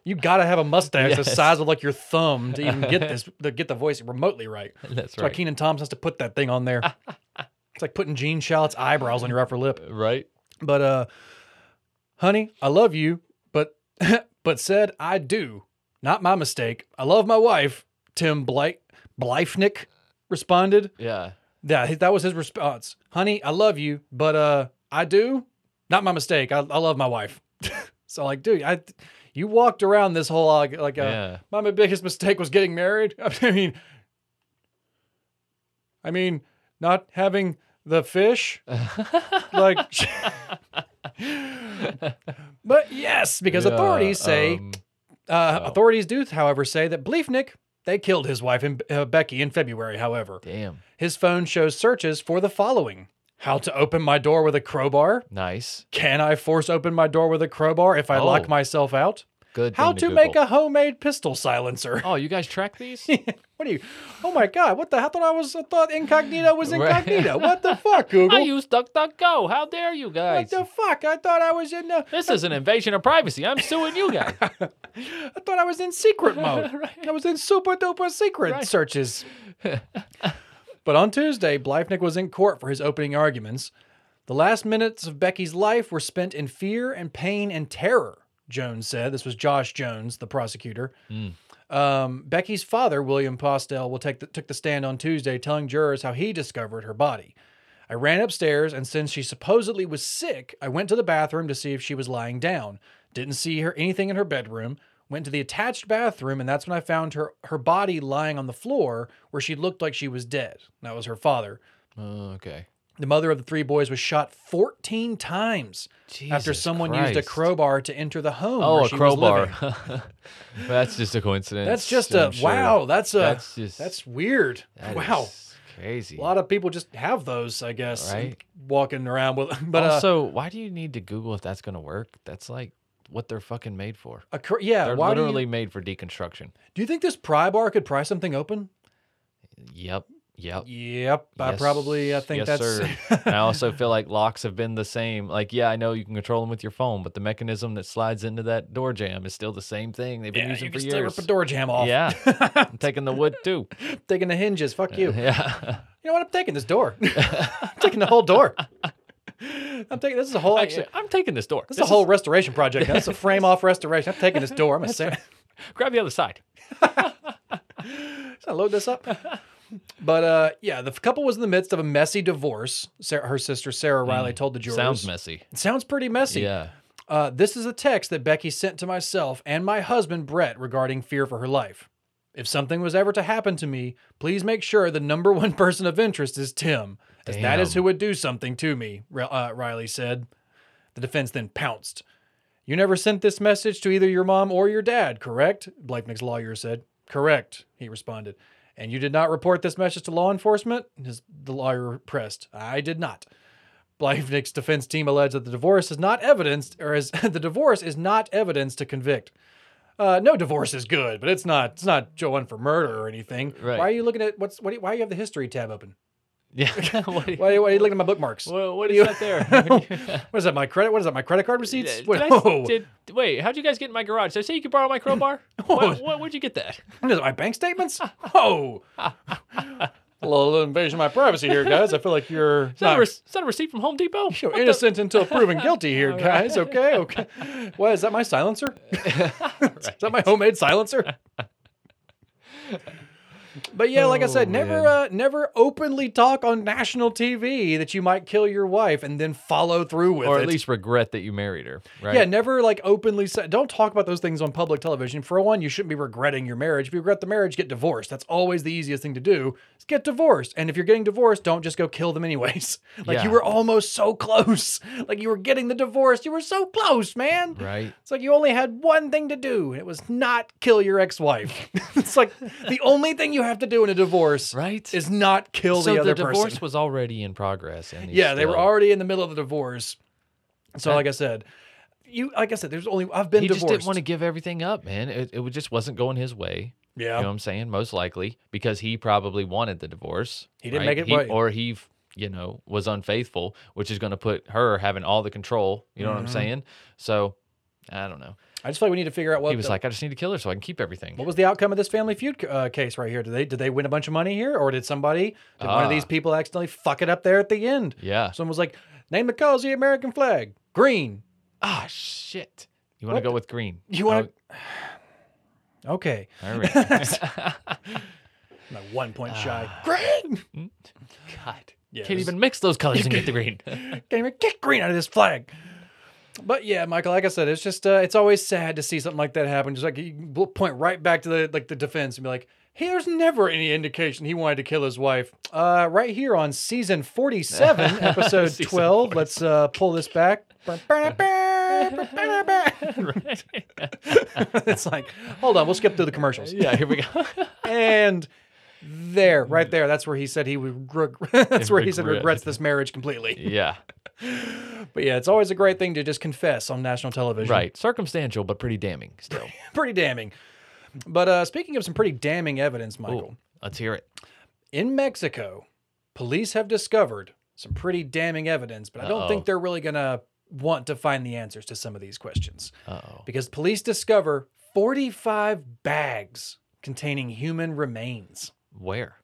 Speaker 2: You gotta have a mustache the
Speaker 1: Yes.
Speaker 2: size of like your thumb to even get this to get the voice remotely right.
Speaker 1: That's
Speaker 2: That's why
Speaker 1: right.
Speaker 2: Keenan Thompson has to put that thing on there. it's like putting Gene Shalit's eyebrows on your upper lip.
Speaker 1: Right?
Speaker 2: But uh, honey, I love you, but but said I do. Not my mistake. I love my wife. Tim Bly- Blyfnick responded.
Speaker 1: Yeah.
Speaker 2: Yeah, he- that was his response. Honey, I love you, but uh, I do. Not my mistake. I, I love my wife. so like, dude, I, you walked around this whole like, like uh,
Speaker 1: yeah.
Speaker 2: my biggest mistake was getting married. I mean, I mean, not having the fish. like, but yes, because
Speaker 1: Yeah,
Speaker 2: authorities say
Speaker 1: um,
Speaker 2: uh,
Speaker 1: oh.
Speaker 2: authorities do, however, say that Bleefnik they killed his wife in, uh, Becky in February. However,
Speaker 1: damn.
Speaker 2: his phone shows searches for the following How to open my door with a crowbar?
Speaker 1: Nice.
Speaker 2: Can I force open my door with a crowbar if I
Speaker 1: Oh.
Speaker 2: lock myself out?
Speaker 1: Good
Speaker 2: How
Speaker 1: thing to
Speaker 2: to, make
Speaker 1: Google.
Speaker 2: a homemade pistol silencer.
Speaker 1: Oh, you guys track these?
Speaker 2: what are you? Oh my god! What the? I thought I was. I thought incognito was
Speaker 1: Right.
Speaker 2: incognito. what the fuck, Google?
Speaker 1: I use DuckDuckGo. How dare you
Speaker 2: what
Speaker 1: guys?
Speaker 2: the fuck? I thought I was in. The,
Speaker 1: This is an invasion of privacy. I'm suing you guys.
Speaker 2: I thought I was in secret mode.
Speaker 1: Right.
Speaker 2: I was in super duper secret
Speaker 1: Right.
Speaker 2: searches. but on Tuesday, Bleifnick was in court for his opening arguments. The last minutes of Becky's life were spent in fear and pain and terror, Jones said. This was Josh Jones, the prosecutor.
Speaker 1: Mm.
Speaker 2: Um, Becky's father, William Postel, will take the, took the stand on Tuesday, telling jurors how he discovered her body. I ran upstairs, and since she supposedly was sick, I went to the bathroom to see if she was lying down. Didn't see her anything in her bedroom. Went to the attached bathroom, and that's when I found her her body lying on the floor, where she looked like she was dead. That was her father.
Speaker 1: Oh, okay.
Speaker 2: The mother of the three boys was shot 14 times after
Speaker 1: Jesus
Speaker 2: someone used
Speaker 1: Christ.
Speaker 2: a crowbar to enter the home.
Speaker 1: Oh,
Speaker 2: where
Speaker 1: a
Speaker 2: she was living.
Speaker 1: crowbar. That's just a coincidence.
Speaker 2: That's just
Speaker 1: I'm
Speaker 2: a
Speaker 1: sure.
Speaker 2: wow. That's a
Speaker 1: That's
Speaker 2: that's,
Speaker 1: just-
Speaker 2: weird.
Speaker 1: That
Speaker 2: wow,
Speaker 1: is crazy.
Speaker 2: a lot of people just have those, I guess, and
Speaker 1: Right.
Speaker 2: walking around with. But uh,
Speaker 1: also, why do you need to Google if that's going to work? That's like what they're fucking made for.
Speaker 2: a cr- yeah,
Speaker 1: They're
Speaker 2: why
Speaker 1: literally
Speaker 2: Do you,
Speaker 1: made for deconstruction.
Speaker 2: do you think this pry bar could pry something open?
Speaker 1: Yep. Yep.
Speaker 2: Yep, I
Speaker 1: Yes,
Speaker 2: probably I
Speaker 1: yes,
Speaker 2: think that's.
Speaker 1: sir. and I also feel like locks have been the same. Like, yeah, I know you can control them with your phone, but the mechanism that slides into that door jam is still the same thing they've been
Speaker 2: Yeah,
Speaker 1: using
Speaker 2: you
Speaker 1: for
Speaker 2: can still
Speaker 1: years.
Speaker 2: rip a door jam off.
Speaker 1: Yeah, I'm taking the wood too.
Speaker 2: taking the hinges. Fuck you.
Speaker 1: Yeah,
Speaker 2: You know what? I'm taking this door. I'm taking the whole door. I'm taking this is a whole actually.
Speaker 1: actually, I'm taking this door.
Speaker 2: This is a whole restoration project. That's a frame off restoration. I'm taking this door. I'm gonna say.
Speaker 1: grab the other side.
Speaker 2: Should I load this up? But uh, yeah, the couple was in the midst of a messy divorce. Sarah, her sister Sarah Riley told the jurors.
Speaker 1: Sounds messy.
Speaker 2: It Mm. sounds pretty messy.
Speaker 1: Yeah.
Speaker 2: Uh, this is a text that Becky sent to myself and my husband Brett regarding fear for her life. If something was ever to happen to me, please make sure the number one person of interest is Tim, as that is
Speaker 1: Damn.
Speaker 2: who would do something to me, Ri- uh, Riley said. The defense then pounced. You never sent this message to either your mom or your dad, correct? Blakeman's lawyer said. Correct, he responded. And you did not report this message to law enforcement? His, the lawyer pressed. I did not. Blaivnik's defense team alleged that the divorce is not evidence, or is the divorce is not evidence to convict. Uh, no divorce is good, but it's not. It's not one for murder or anything.
Speaker 1: Right.
Speaker 2: Why are you looking at what's? What do you, why do you have the history tab open?
Speaker 1: Yeah. what, do you-
Speaker 2: Why, why are you looking at my bookmarks? What
Speaker 1: what- what is that there?
Speaker 2: is that? My credit? What is that? My credit card receipts?
Speaker 1: Did
Speaker 2: What-
Speaker 1: I-
Speaker 2: whoa.
Speaker 1: did- wait, how'd you guys get in my garage? Did I say you could borrow my crowbar? what, what, where'd you get that?
Speaker 2: What is it, my bank statements? Whoa. a little invasion of my privacy here, guys. I feel like you're
Speaker 1: Is that,
Speaker 2: not-
Speaker 1: a, re- is that a receipt from Home Depot?
Speaker 2: You're
Speaker 1: What the-
Speaker 2: innocent until proven guilty here, guys. Okay, okay. What is that? My silencer? Is that my homemade silencer? But yeah, like I said,
Speaker 1: Oh,
Speaker 2: never,
Speaker 1: man.
Speaker 2: uh, never openly talk on national TV that you might kill your wife and then follow through with
Speaker 1: or
Speaker 2: it.
Speaker 1: at least regret that you married her, right?
Speaker 2: yeah, never like openly say. Don't talk about those things on public television. For one, you shouldn't be regretting your marriage. If you regret the marriage, get divorced. That's always the easiest thing to do. Is get divorced. And if you're getting divorced, don't just go kill them anyways. like
Speaker 1: Yeah.
Speaker 2: you were almost so close. like you were getting the divorce. You were so close, man.
Speaker 1: Right.
Speaker 2: It's like you only had one thing to do, and it was not kill your ex-wife. it's like the only thing you have to do in a divorce,
Speaker 1: Right?
Speaker 2: is not kill
Speaker 1: so
Speaker 2: the other
Speaker 1: divorce
Speaker 2: person.
Speaker 1: was already in progress. And he's
Speaker 2: Yeah, they were
Speaker 1: still-
Speaker 2: already in the middle of the divorce. So,
Speaker 1: Okay.
Speaker 2: like I said, you like I said, there's only I've been
Speaker 1: He
Speaker 2: divorced.
Speaker 1: just didn't want to give everything up, man. It, it just wasn't going his way.
Speaker 2: yeah,
Speaker 1: You know what I'm saying? Most likely because he probably wanted the divorce.
Speaker 2: He didn't
Speaker 1: right?
Speaker 2: make it
Speaker 1: He-
Speaker 2: right.
Speaker 1: Or he, f- you know, was unfaithful, which is going to put her having all the control. You know what I'm
Speaker 2: Mm-hmm.
Speaker 1: saying? So I don't know.
Speaker 2: I just feel like we need to figure out what
Speaker 1: he was
Speaker 2: the-
Speaker 1: like, I just need to kill her so I can keep everything.
Speaker 2: What was the outcome of this family feud uh, case right here? Did they did they win a bunch of money here, or did somebody did one
Speaker 1: Ah.
Speaker 2: of these people accidentally fuck it up there at the end?
Speaker 1: yeah.
Speaker 2: Someone was like, "Name the colors of the American flag: green."
Speaker 1: Ah, shit. You want to
Speaker 2: What
Speaker 1: go with green?
Speaker 2: You want to?
Speaker 1: Oh.
Speaker 2: Okay,
Speaker 1: All right.
Speaker 2: I'm like one point shy. green.
Speaker 1: Ah. God.
Speaker 2: Yeah,
Speaker 1: Can't
Speaker 2: this-
Speaker 1: even mix those colors and get the green.
Speaker 2: Can't even get green out of this flag. But yeah, Michael, like I said, it's just uh, it's always sad to see something like that happen. Just like you can bl- point right back to the like the defense and be like, hey, there's never any indication he wanted to kill his wife. Uh, right here on season forty-seven, episode
Speaker 1: Season
Speaker 2: twelve. Let's uh, pull this back.
Speaker 1: Right.
Speaker 2: it's like, hold on, we'll skip through the commercials.
Speaker 1: Yeah, here we go.
Speaker 2: And there, right there, that's where he said he would. Reg- that's where he said
Speaker 1: Regret.
Speaker 2: regrets this marriage completely.
Speaker 1: yeah.
Speaker 2: But yeah, it's always a great thing to just confess on national television.
Speaker 1: Right. Circumstantial, but pretty damning still.
Speaker 2: Pretty damning. But uh, speaking of some pretty damning evidence, Michael,
Speaker 1: Ooh, let's hear it.
Speaker 2: in Mexico, police have discovered some pretty damning evidence, but I don't
Speaker 1: Uh-oh.
Speaker 2: think they're really going to want to find the answers to some of these questions
Speaker 1: Uh oh.
Speaker 2: because police discover 45 bags containing human remains.
Speaker 1: Where?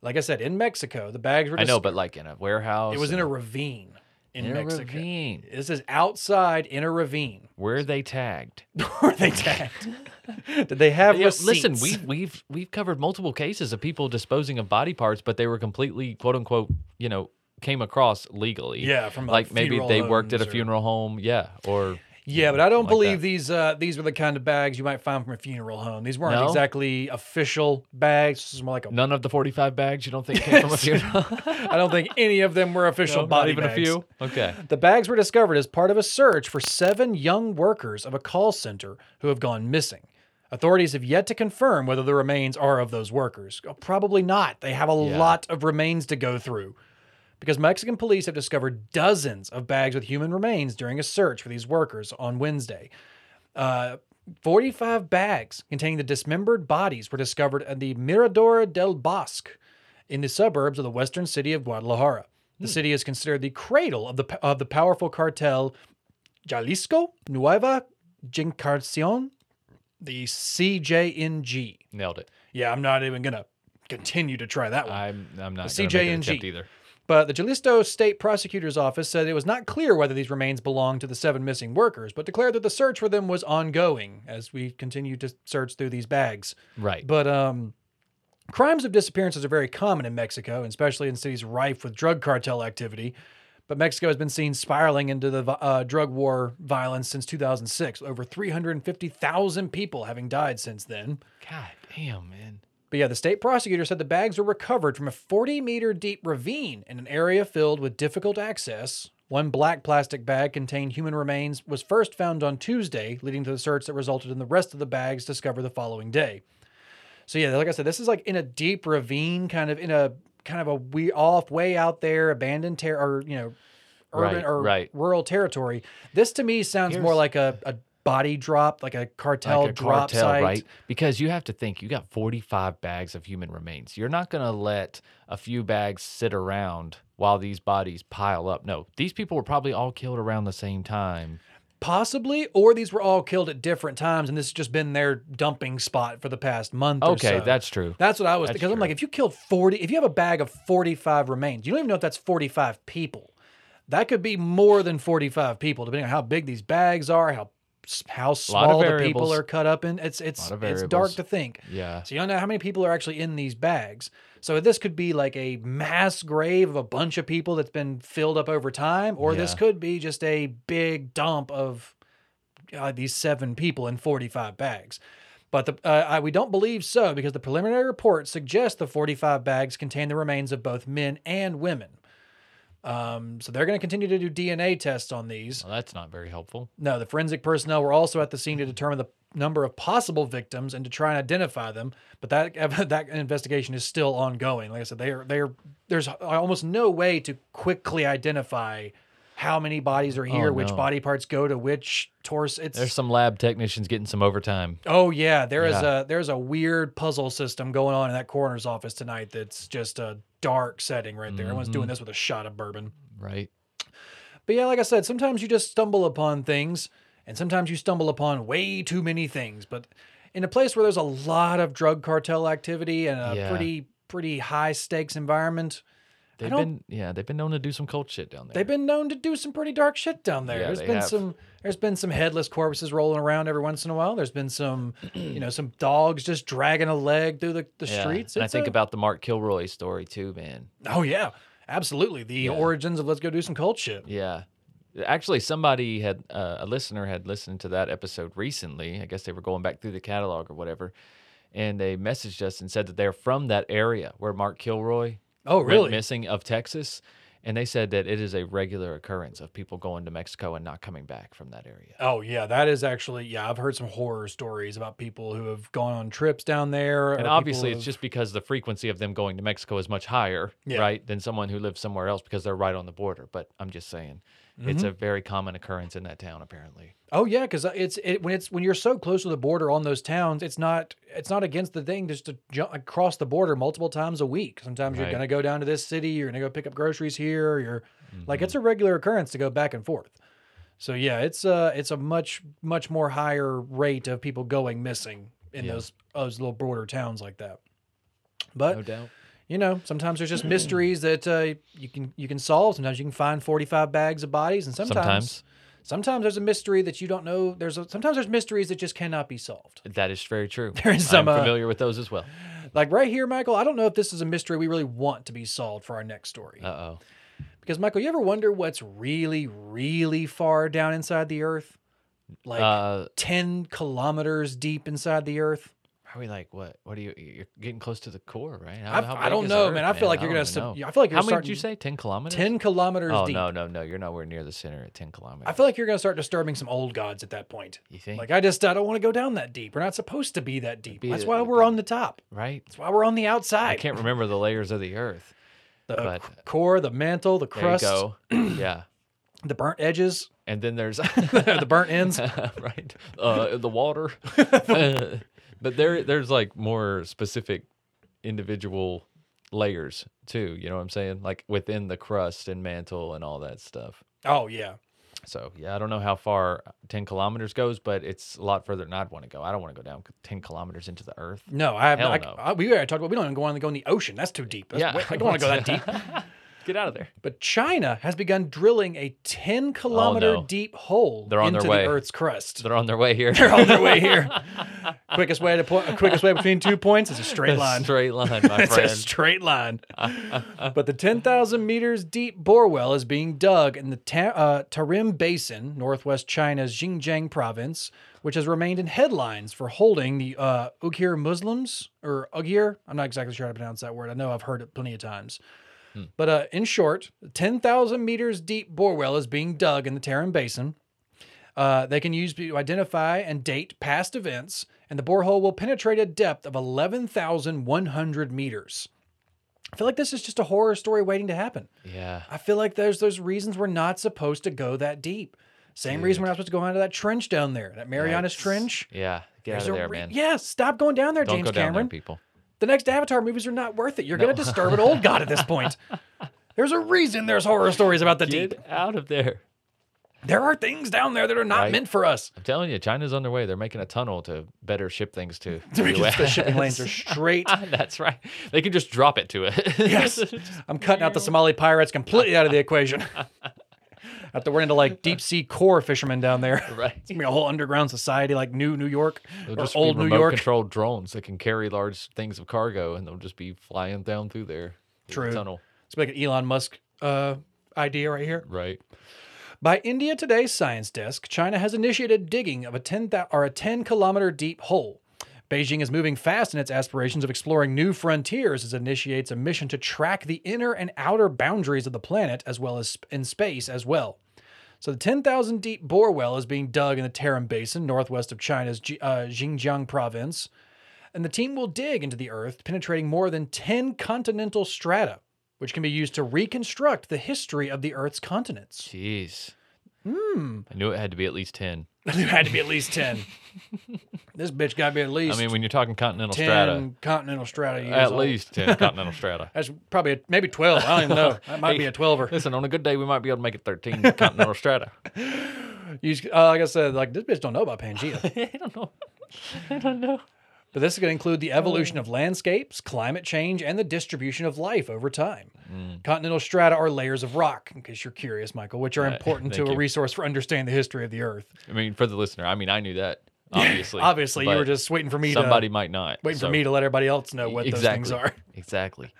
Speaker 2: Like I said, in Mexico, the bags were
Speaker 1: I
Speaker 2: dis-
Speaker 1: know, but like in a warehouse.
Speaker 2: it was in
Speaker 1: and-
Speaker 2: a ravine in,
Speaker 1: in a
Speaker 2: Mexico.
Speaker 1: ravine.
Speaker 2: This is outside in a ravine.
Speaker 1: Where they tagged?
Speaker 2: Were they tagged? Did they have
Speaker 1: Yeah, listen,
Speaker 2: receipts?
Speaker 1: we've we've we've covered multiple cases of people disposing of body parts, but they were completely quote unquote, you know, came across legally.
Speaker 2: Yeah, from, like,
Speaker 1: like maybe
Speaker 2: funeral
Speaker 1: they worked at a
Speaker 2: homes or-
Speaker 1: funeral home, yeah, or
Speaker 2: Yeah, but I don't
Speaker 1: like
Speaker 2: believe
Speaker 1: that.
Speaker 2: these uh, these were the kind of bags you might find from a funeral home. These weren't
Speaker 1: No?
Speaker 2: exactly official bags. This is more like a.
Speaker 1: none of the forty-five bags you don't think came from a
Speaker 2: Yes.
Speaker 1: funeral.
Speaker 2: I don't think any of them were official
Speaker 1: No, not
Speaker 2: body
Speaker 1: even
Speaker 2: bags.
Speaker 1: a few. Okay,
Speaker 2: The bags were discovered as part of a search for seven young workers of a call center who have gone missing. Authorities have yet to confirm whether the remains are of those workers. Oh, Probably not. They have a
Speaker 1: Yeah.
Speaker 2: lot of remains to go through. Because Mexican police have discovered dozens of bags with human remains during a search for these workers on Wednesday. Uh, 45 bags containing the dismembered bodies were discovered at the Mirador del Bosque in the suburbs of the western city of Guadalajara. The city is considered the cradle of the of the powerful cartel Jalisco Nueva Gencarcion, the CJNG.
Speaker 1: nailed it.
Speaker 2: Yeah, I'm not even gonna continue to try that one.
Speaker 1: I'm I'm not
Speaker 2: The
Speaker 1: going to
Speaker 2: CJNG.
Speaker 1: attempt either.
Speaker 2: But the Jalisco State Prosecutor's Office said it was not clear whether these remains belonged to the seven missing workers, but declared that the search for them was ongoing as we continue to search through these bags.
Speaker 1: Right.
Speaker 2: But um, crimes of disappearances are very common in Mexico, and especially in cities rife with drug cartel activity. But Mexico has been seen spiraling into the uh, drug war violence since 2006, over 350,000 people having died since then.
Speaker 1: God damn, man.
Speaker 2: But yeah, the state prosecutor said the bags were recovered from a 40 meter deep ravine in an area filled with difficult access. One black plastic bag contained human remains was first found on Tuesday, leading to the search that resulted in the rest of the bags discovered the following day. So yeah, like I said, this is like in a deep ravine, kind of in a kind of a we off way out there, abandoned ter- or you know, urban
Speaker 1: Right,
Speaker 2: or
Speaker 1: right.
Speaker 2: rural territory. This to me sounds more
Speaker 1: Here's-
Speaker 2: like a, a body drop, like a cartel
Speaker 1: like a
Speaker 2: drop
Speaker 1: cartel,
Speaker 2: site.
Speaker 1: right? Because you have to think you got 45 bags of human remains. You're not going to let a few bags sit around while these bodies pile up. No, these people were probably all killed around the same time.
Speaker 2: Possibly, or these were all killed at different times, and this has just been their dumping spot for the past month. or
Speaker 1: Okay,
Speaker 2: so.
Speaker 1: that's true.
Speaker 2: that's what I was
Speaker 1: that's
Speaker 2: because I'm
Speaker 1: true.
Speaker 2: like, if you killed forty, if you have a bag of forty-five remains, you don't even know if that's forty-five people. That could be more than forty-five people, depending on how big these bags are, how s- how small the people
Speaker 1: variables.
Speaker 2: are cut up in. It's it's
Speaker 1: Lot of
Speaker 2: it's dark
Speaker 1: variables.
Speaker 2: to think.
Speaker 1: Yeah.
Speaker 2: So you don't know how many people are actually in these bags. So this could be like a mass grave of a bunch of people that's been filled up over time, or this
Speaker 1: Yeah.
Speaker 2: could be just a big dump of uh, these seven people in 45 bags. But the, uh, I, we don't believe so because the preliminary report suggests the 45 bags contain the remains of both men and women. Um, so they're going to continue to do DNA tests on these.
Speaker 1: Well, that's not very helpful.
Speaker 2: No, the forensic personnel were also at the scene to determine the number of possible victims and to try and identify them. But that ev- that investigation is still ongoing. Like I said, they are they are there's almost no way to quickly identify how many bodies are here,
Speaker 1: Oh,
Speaker 2: which
Speaker 1: no.
Speaker 2: body parts go to which torso. It's
Speaker 1: There's some lab technicians getting some overtime.
Speaker 2: oh yeah, there is
Speaker 1: Yeah.
Speaker 2: a there's a weird puzzle system going on in that coroner's office tonight. That's just a dark setting right
Speaker 1: Mm-hmm.
Speaker 2: there. Everyone's doing this with a shot of bourbon.
Speaker 1: Right.
Speaker 2: But yeah, like I said, sometimes you just stumble upon things, and sometimes you stumble upon way too many things. But in a place where there's a lot of drug cartel activity and a
Speaker 1: Yeah.
Speaker 2: pretty pretty high stakes environment,
Speaker 1: They've
Speaker 2: don't-
Speaker 1: been yeah, they've been known to do some cold shit down there.
Speaker 2: they've been known to do some pretty dark shit down there.
Speaker 1: Yeah,
Speaker 2: there's
Speaker 1: they
Speaker 2: been
Speaker 1: have.
Speaker 2: some there's been some headless corpses rolling around every once in a while. There's been some you know some dogs just dragging a leg through the, the
Speaker 1: Yeah,
Speaker 2: streets.
Speaker 1: And I
Speaker 2: It's
Speaker 1: think
Speaker 2: a-
Speaker 1: about the Mark Kilroy story too, man.
Speaker 2: oh yeah, absolutely the origins of let's go do some cult shit.
Speaker 1: Yeah. Actually, somebody had uh, a listener had listened to that episode recently. I guess they were going back through the catalog or whatever, and they messaged us and said that they're from that area where Mark Kilroy
Speaker 2: Oh
Speaker 1: went
Speaker 2: really?
Speaker 1: missing of Texas, and they said that it is a regular occurrence of people going to Mexico and not coming back from that area.
Speaker 2: Oh yeah, that is actually yeah. I've heard some horror stories about people who have gone on trips down there.
Speaker 1: And obviously, it's just because the frequency of them going to Mexico is much higher,
Speaker 2: Yeah.
Speaker 1: right, than someone who lives somewhere else because they're right on the border. But I'm just saying, it's a very common occurrence in that town, apparently.
Speaker 2: oh yeah, because it's it when it's when you're so close to the border on those towns, it's not it's not against the thing just to jump across the border multiple times a week. Sometimes
Speaker 1: Right.
Speaker 2: you're gonna go down to this city, you're gonna go pick up groceries here. You're like
Speaker 1: Mm-hmm.
Speaker 2: it's a regular occurrence to go back and forth. So yeah, it's uh it's a much much more higher rate of people going missing in
Speaker 1: Yeah.
Speaker 2: those those little border towns like that. But
Speaker 1: No doubt.
Speaker 2: you know, sometimes there's just
Speaker 1: Mm.
Speaker 2: mysteries that uh, you can you can solve. Sometimes you can find 45 bags of bodies, and sometimes
Speaker 1: Sometimes.
Speaker 2: sometimes, there's a mystery that you don't know. There's a, sometimes there's mysteries that just cannot be solved.
Speaker 1: That is very true.
Speaker 2: There is some,
Speaker 1: I'm
Speaker 2: uh,
Speaker 1: familiar with those as well.
Speaker 2: Like right here, Michael, I don't know if this is a mystery we really want to be solved for our next story.
Speaker 1: Uh oh.
Speaker 2: because Michael, you ever wonder what's really really far down inside the earth? Like
Speaker 1: Uh,
Speaker 2: 10 kilometers deep inside the earth?
Speaker 1: are we like what? What are you? You're getting close to the core, right? How-
Speaker 2: I,
Speaker 1: how
Speaker 2: I
Speaker 1: big
Speaker 2: don't
Speaker 1: is
Speaker 2: know,
Speaker 1: Earth,
Speaker 2: man. I feel like you're
Speaker 1: don't
Speaker 2: going
Speaker 1: even
Speaker 2: to
Speaker 1: know.
Speaker 2: I feel like you're
Speaker 1: How many
Speaker 2: starting
Speaker 1: did you say? Ten kilometers?
Speaker 2: 10 kilometers
Speaker 1: Oh
Speaker 2: deep.
Speaker 1: no, no, no! You're nowhere near the center at ten kilometers.
Speaker 2: I feel like you're going to start disturbing some old gods at that point.
Speaker 1: you think
Speaker 2: Like I just I don't want to go down that deep. We're not supposed to be that deep.
Speaker 1: Be
Speaker 2: That's
Speaker 1: the-
Speaker 2: why we're on the top.
Speaker 1: right?
Speaker 2: That's why we're on the
Speaker 1: I
Speaker 2: outside.
Speaker 1: can't remember the layers of the Earth.
Speaker 2: The
Speaker 1: but-
Speaker 2: c- core, the mantle, the Uh, crust,
Speaker 1: There you go. yeah,
Speaker 2: the burnt edges,
Speaker 1: and then there's
Speaker 2: the burnt ends.
Speaker 1: right uh, the water Uh, but there there's like more specific individual layers too you know what i'm saying like within the crust and mantle and all that stuff
Speaker 2: Oh yeah.
Speaker 1: so yeah i don't know how far 10 kilometers goes but it's a lot further than i'd want to go i don't want to go down 10 kilometers into the earth
Speaker 2: No, I have
Speaker 1: Hell
Speaker 2: I,
Speaker 1: no.
Speaker 2: I- we already talked about we don't even go on to go in the ocean. That's too deep. That's-
Speaker 1: yeah
Speaker 2: I don't want to go that deep.
Speaker 1: get out of there
Speaker 2: But China has begun drilling a 10 kilometer
Speaker 1: Oh, no.
Speaker 2: deep hole
Speaker 1: They're on
Speaker 2: into
Speaker 1: their
Speaker 2: the
Speaker 1: way.
Speaker 2: Earth's crust.
Speaker 1: they're on their way here
Speaker 2: They're on their way here. quickest way to point, quickest way between two points is a straight line.
Speaker 1: straight line my
Speaker 2: It's a
Speaker 1: friend
Speaker 2: straight line. but the 10,000 meters deep borewell is being dug in the Ta- uh, Tarim Basin, northwest China's Xinjiang province, which has remained in headlines for holding the uh, Uighur Muslims, or Uighur. I'm not exactly sure how to pronounce that word. I know I've heard it plenty of times.
Speaker 1: Hmm.
Speaker 2: But uh, in short, 10,000 meters deep borewell is being dug in the Tarim Basin. Uh, they can use to identify and date past events, and the borehole will penetrate a depth of 11,100 meters. I feel like this is just a horror story waiting to happen.
Speaker 1: yeah
Speaker 2: I feel like there's those reasons we're not supposed to go that deep. Same reason we're not supposed to go into that trench down there, that Marianas
Speaker 1: Yikes.
Speaker 2: Trench.
Speaker 1: yeah get
Speaker 2: There's
Speaker 1: out of
Speaker 2: a
Speaker 1: there
Speaker 2: re-
Speaker 1: man
Speaker 2: Yeah, stop going down there,
Speaker 1: don't
Speaker 2: James
Speaker 1: go down
Speaker 2: Cameron.
Speaker 1: there people
Speaker 2: the next Avatar movies are not worth it. You're going to disturb an old god at this point. There's a reason there's horror stories about the
Speaker 1: get
Speaker 2: deep.
Speaker 1: out of there
Speaker 2: There are things down there that are not
Speaker 1: Right.
Speaker 2: meant for us.
Speaker 1: I'm telling you, China's on their way. They're making a tunnel to better ship things to,
Speaker 2: to make it- the shipping lanes are
Speaker 1: US.
Speaker 2: straight.
Speaker 1: That's right. They can just drop it to it.
Speaker 2: Yes, I'm cutting out the Somali pirates completely out of the equation. After we're into like deep sea core fishermen down there,
Speaker 1: right.
Speaker 2: it's gonna be a whole underground society like New New York
Speaker 1: They'll
Speaker 2: or
Speaker 1: just
Speaker 2: Old
Speaker 1: be
Speaker 2: New
Speaker 1: remote
Speaker 2: York.
Speaker 1: controlled drones that can carry large things of cargo, and they'll just be flying down through there. through the
Speaker 2: True.
Speaker 1: Tunnel.
Speaker 2: It's like an Elon Musk uh, idea right here.
Speaker 1: Right.
Speaker 2: By India Today's Science Desk, China has initiated digging of a 10 thou- or a 10 kilometer deep hole. Beijing is moving fast in its aspirations of exploring new frontiers as it initiates a mission to track the inner and outer boundaries of the planet as well as sp- in space as well. So the 10,000 deep borewell is being dug in the Tarim Basin, northwest of China's Ji- uh, Xinjiang province, and the team will dig into the earth, penetrating more than 10 continental strata, which can be used to reconstruct the history of the earth's continents.
Speaker 1: Jeez.
Speaker 2: Hmm.
Speaker 1: I knew it had to be at least 10.
Speaker 2: there had to be at least 10. this bitch got to be at least
Speaker 1: I mean, when you're talking continental
Speaker 2: 10
Speaker 1: strata,
Speaker 2: continental strata. Years
Speaker 1: at
Speaker 2: old.
Speaker 1: least 10 continental strata.
Speaker 2: That's probably a, maybe 12. I don't even know. That might be a 12er.
Speaker 1: Listen, on a good day, we might be able to make it 13 continental strata.
Speaker 2: You just- uh, like I said, like this bitch don't know about Pangea. I don't know. I don't know. But this is going to include the evolution of landscapes, climate change, and the distribution of life over time.
Speaker 1: Mm.
Speaker 2: Continental strata are layers of rock, in case you're curious, Michael, which are important to
Speaker 1: Uh, thank
Speaker 2: a
Speaker 1: you.
Speaker 2: resource for understanding the history of the Earth.
Speaker 1: I mean, for the listener, I mean, I knew that, obviously.
Speaker 2: Obviously, you
Speaker 1: but
Speaker 2: were just waiting for me
Speaker 1: Somebody
Speaker 2: to
Speaker 1: might not.
Speaker 2: waiting
Speaker 1: so-
Speaker 2: for me to let everybody else know what those things are.
Speaker 1: Exactly.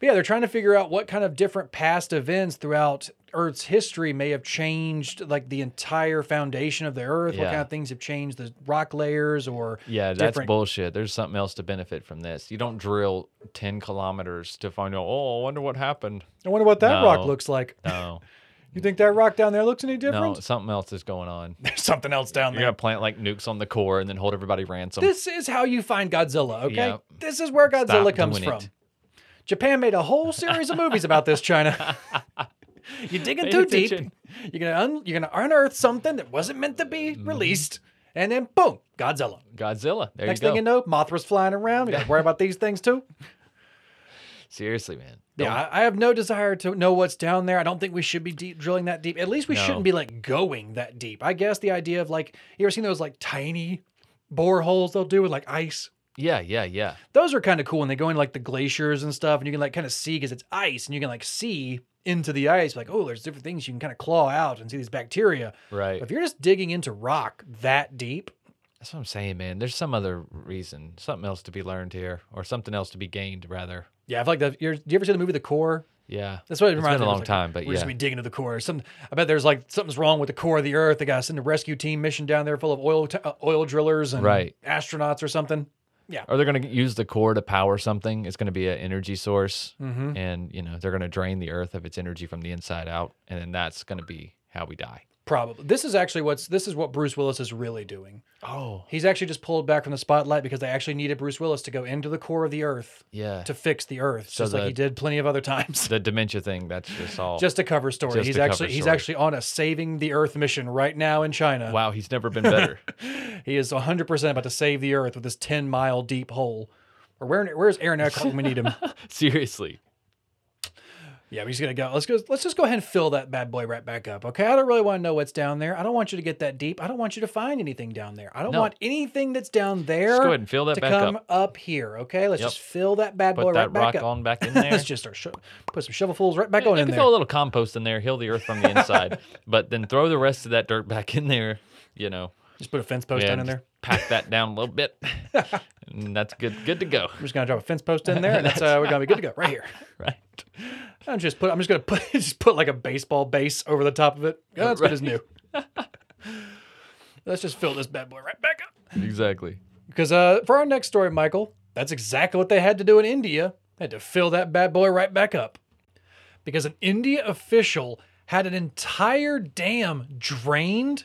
Speaker 2: But yeah, they're trying to figure out what kind of different past events throughout Earth's history may have changed, like the entire foundation of the Earth. What
Speaker 1: Yeah.
Speaker 2: kind of things have changed? The rock layers, or
Speaker 1: Yeah, that's
Speaker 2: different-
Speaker 1: bullshit. There's something else to benefit from this. You don't drill 10 kilometers to find out, oh, I wonder what happened.
Speaker 2: I wonder what that rock
Speaker 1: No.
Speaker 2: looks like.
Speaker 1: No,
Speaker 2: You think that rock down there looks any
Speaker 1: no,
Speaker 2: different?
Speaker 1: something else is going on.
Speaker 2: There's something else down
Speaker 1: You're
Speaker 2: there.
Speaker 1: going to plant like nukes on the core and then hold everybody ransom.
Speaker 2: This is how you find Godzilla, okay?
Speaker 1: Yep.
Speaker 2: This is where Godzilla
Speaker 1: Stop
Speaker 2: comes
Speaker 1: doing
Speaker 2: from.
Speaker 1: it.
Speaker 2: Japan made a whole series of movies about this, China. you're digging
Speaker 1: Pay
Speaker 2: too
Speaker 1: attention.
Speaker 2: deep. You're gonna un- you're gonna unearth something that wasn't meant to be
Speaker 1: Mm-hmm.
Speaker 2: released, and then boom, Godzilla.
Speaker 1: Godzilla. There
Speaker 2: Next
Speaker 1: you go.
Speaker 2: thing you know, Mothra's flying around. You gotta worry about these things too.
Speaker 1: Seriously, man.
Speaker 2: Yeah, I, I have no desire to know what's down there. I don't think we should be deep drilling that deep. At least we
Speaker 1: No.
Speaker 2: shouldn't be like going that deep. I guess the idea of like you ever seen those like tiny boreholes they'll do with like ice.
Speaker 1: Yeah, yeah, yeah.
Speaker 2: Those are kind of cool when they go in like the glaciers and stuff, and you can like kind of see because it's ice, and you can like see into the ice. Like, oh, there's different things you can kind of claw out and see these bacteria.
Speaker 1: Right.
Speaker 2: But if you're just digging into rock that deep,
Speaker 1: That's what I'm saying, man. There's some other reason, something else to be learned here, or something else to be gained, rather.
Speaker 2: yeah, I feel like that. You're, do you ever see the movie The Core?
Speaker 1: Yeah.
Speaker 2: That's what it
Speaker 1: It's
Speaker 2: reminds
Speaker 1: been a
Speaker 2: me of.
Speaker 1: long
Speaker 2: It's like,
Speaker 1: time, but
Speaker 2: we're
Speaker 1: yeah.
Speaker 2: just be digging to the core. Some, I bet there's like something's wrong with the core of the earth. They got to send a rescue team mission down there full of oil t- uh, oil drillers and
Speaker 1: Right.
Speaker 2: astronauts or something.
Speaker 1: Or they're going to use the core to power something. It's going to be an energy source,
Speaker 2: Mm-hmm.
Speaker 1: and you know they're going to drain the earth of its energy from the inside out, and then that's going to be how we die.
Speaker 2: Probably. This is actually what's this is what Bruce Willis is really doing.
Speaker 1: Oh,
Speaker 2: He's actually just pulled back from the spotlight because they actually needed Bruce Willis to go into the core of the earth
Speaker 1: yeah.
Speaker 2: to fix the earth, just like
Speaker 1: the-
Speaker 2: he did plenty of other times.
Speaker 1: The dementia thing—that's just all.
Speaker 2: Just a cover story.
Speaker 1: Just
Speaker 2: he's
Speaker 1: a cover
Speaker 2: actually he's
Speaker 1: story.
Speaker 2: actually on a saving the earth mission right now in China.
Speaker 1: wow, he's never been better.
Speaker 2: He is 100% about to save the earth with this 10 mile deep hole. Or where, where's Aaron Eckhart when we need him?
Speaker 1: Seriously.
Speaker 2: Yeah, but he's gonna go. Let's go. Let's just go ahead and fill that bad boy right back up. Okay, I don't really want to know what's down there. I don't want you to get that deep. I don't want you to find anything down there. I don't
Speaker 1: No.
Speaker 2: want anything that's down there.
Speaker 1: Just go ahead and fill that
Speaker 2: to
Speaker 1: back
Speaker 2: come
Speaker 1: up.
Speaker 2: here. Okay, let's
Speaker 1: Yep.
Speaker 2: just fill that bad
Speaker 1: Put
Speaker 2: boy
Speaker 1: that
Speaker 2: right back
Speaker 1: rock
Speaker 2: up.
Speaker 1: on back in there.
Speaker 2: let's just start sho- put some shovelfuls right back
Speaker 1: you
Speaker 2: on in
Speaker 1: can
Speaker 2: there.
Speaker 1: throw a little compost in there, heal the earth from the inside, but then throw the rest of that dirt back in there. You know,
Speaker 2: Just put a fence post
Speaker 1: and
Speaker 2: down in there.
Speaker 1: just pack that down a little bit, and that's good. Good to go,
Speaker 2: I'm just gonna drop a fence post in there, and that's uh, we're gonna be good to go right here.
Speaker 1: right?
Speaker 2: I'm just put. I'm just gonna put just put like a baseball base over the top of it. Yeah, that's good as new. let's just fill this bad boy right back up.
Speaker 1: Exactly.
Speaker 2: Because uh, for our next story, Michael, that's exactly what they had to do in India. They had to fill that bad boy right back up. Because an India official had an entire dam drained.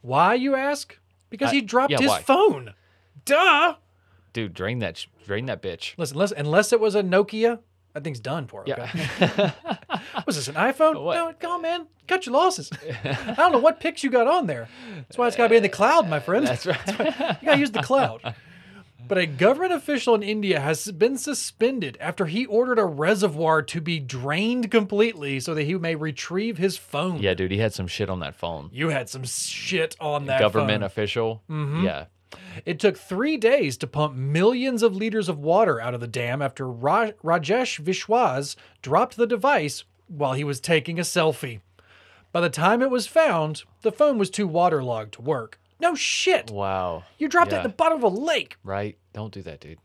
Speaker 2: Why, you ask? Because he dropped
Speaker 1: Uh, yeah,
Speaker 2: his
Speaker 1: why?
Speaker 2: phone. Duh.
Speaker 1: Dude, drain that, sh- drain that bitch.
Speaker 2: Listen, unless, unless it was a Nokia, that thing's done for.
Speaker 1: Yeah.
Speaker 2: Okay? was this an iPhone?
Speaker 1: What?
Speaker 2: No, come on, man. Cut your losses. I don't know what pics you got on there. That's why it's got to be in the cloud, my friend.
Speaker 1: That's right.
Speaker 2: You gotta use the cloud. But a government official in India has been suspended after he ordered a reservoir to be drained completely so that he may retrieve his phone.
Speaker 1: yeah, dude, he had some shit on that phone.
Speaker 2: You had some shit on that
Speaker 1: Government
Speaker 2: phone. Mm-hmm.
Speaker 1: official. Yeah.
Speaker 2: It took three days to pump millions of liters of water out of the dam after Ra- Rajesh Vishwas dropped the device while he was taking a selfie. By the time it was found, the phone was too waterlogged to work. No shit!
Speaker 1: Wow.
Speaker 2: You dropped it
Speaker 1: Yeah.
Speaker 2: in the bottom of a lake.
Speaker 1: Right? Don't do that, dude.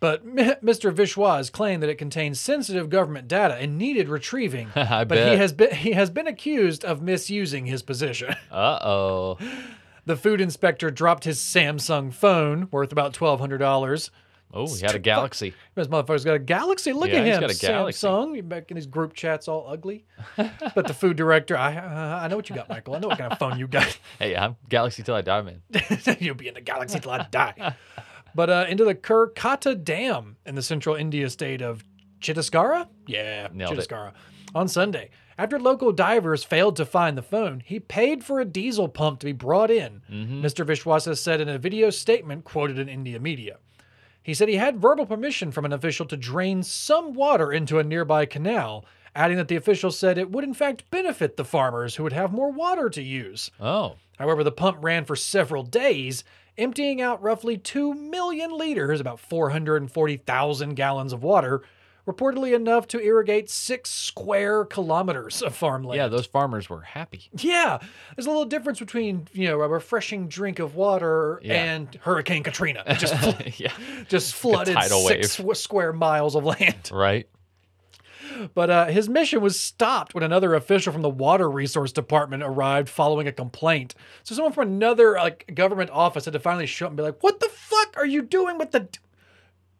Speaker 2: But Mr. Vishwas claimed that it contained sensitive government data and needed retrieving.
Speaker 1: I
Speaker 2: but he
Speaker 1: bet.
Speaker 2: has been he has been accused of misusing his position.
Speaker 1: Uh oh.
Speaker 2: the food inspector dropped his Samsung phone worth about twelve hundred dollars.
Speaker 1: Oh, he had a galaxy.
Speaker 2: This motherfucker's got a galaxy. Look
Speaker 1: Yeah,
Speaker 2: at
Speaker 1: he's
Speaker 2: him,
Speaker 1: got a Galaxy.
Speaker 2: Samsung. You're back in these group chats, all ugly. but the food director, I uh, I know what you got, Michael. I know what kind of phone you got.
Speaker 1: Hey, I'm galaxy till I die, man.
Speaker 2: You'll be in the galaxy till I die. But uh, into the Kurkata Dam in the central India state of Chittiskara? Yeah,
Speaker 1: Nailed it.
Speaker 2: Chittiskara. On Sunday. After local divers failed to find the phone, he paid for a diesel pump to be brought in,
Speaker 1: Mm-hmm.
Speaker 2: Mr. Vishwasa said in a video statement quoted in India media. He said he had verbal permission from an official to drain some water into a nearby canal, adding that the official said it would in fact benefit the farmers who would have more water to use.
Speaker 1: Oh.
Speaker 2: However, the pump ran for several days, emptying out roughly 2 million liters, about 440,000 gallons of water, reportedly enough to irrigate six square kilometers of farmland.
Speaker 1: Yeah, those farmers were happy.
Speaker 2: Yeah, there's a little difference between, you know, a refreshing drink of water
Speaker 1: Yeah.
Speaker 2: and Hurricane Katrina. It Just, fl-
Speaker 1: yeah.
Speaker 2: just flooded
Speaker 1: tidal
Speaker 2: six squ- square miles of land.
Speaker 1: Right?
Speaker 2: But uh, his mission was stopped when another official from the Water Resource Department arrived following a complaint. So someone from another like government office had to finally show up and be like, "What the fuck are you doing with the? d-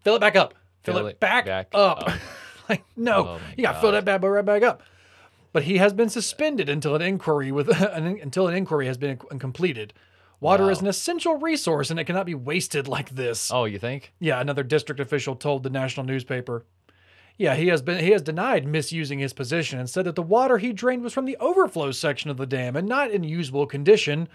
Speaker 2: Fill it back up. Fill, it, back, up. like no,
Speaker 1: Oh my
Speaker 2: you got to fill that bad boy right back up." But he has been suspended until an inquiry with an, until an inquiry has been completed. Water is an essential resource and it cannot be wasted like this.
Speaker 1: Oh, you think?
Speaker 2: Yeah, another district official told the national newspaper. Yeah, he has been he has denied misusing his position and said that the water he drained was from the overflow section of the dam and not in usable condition.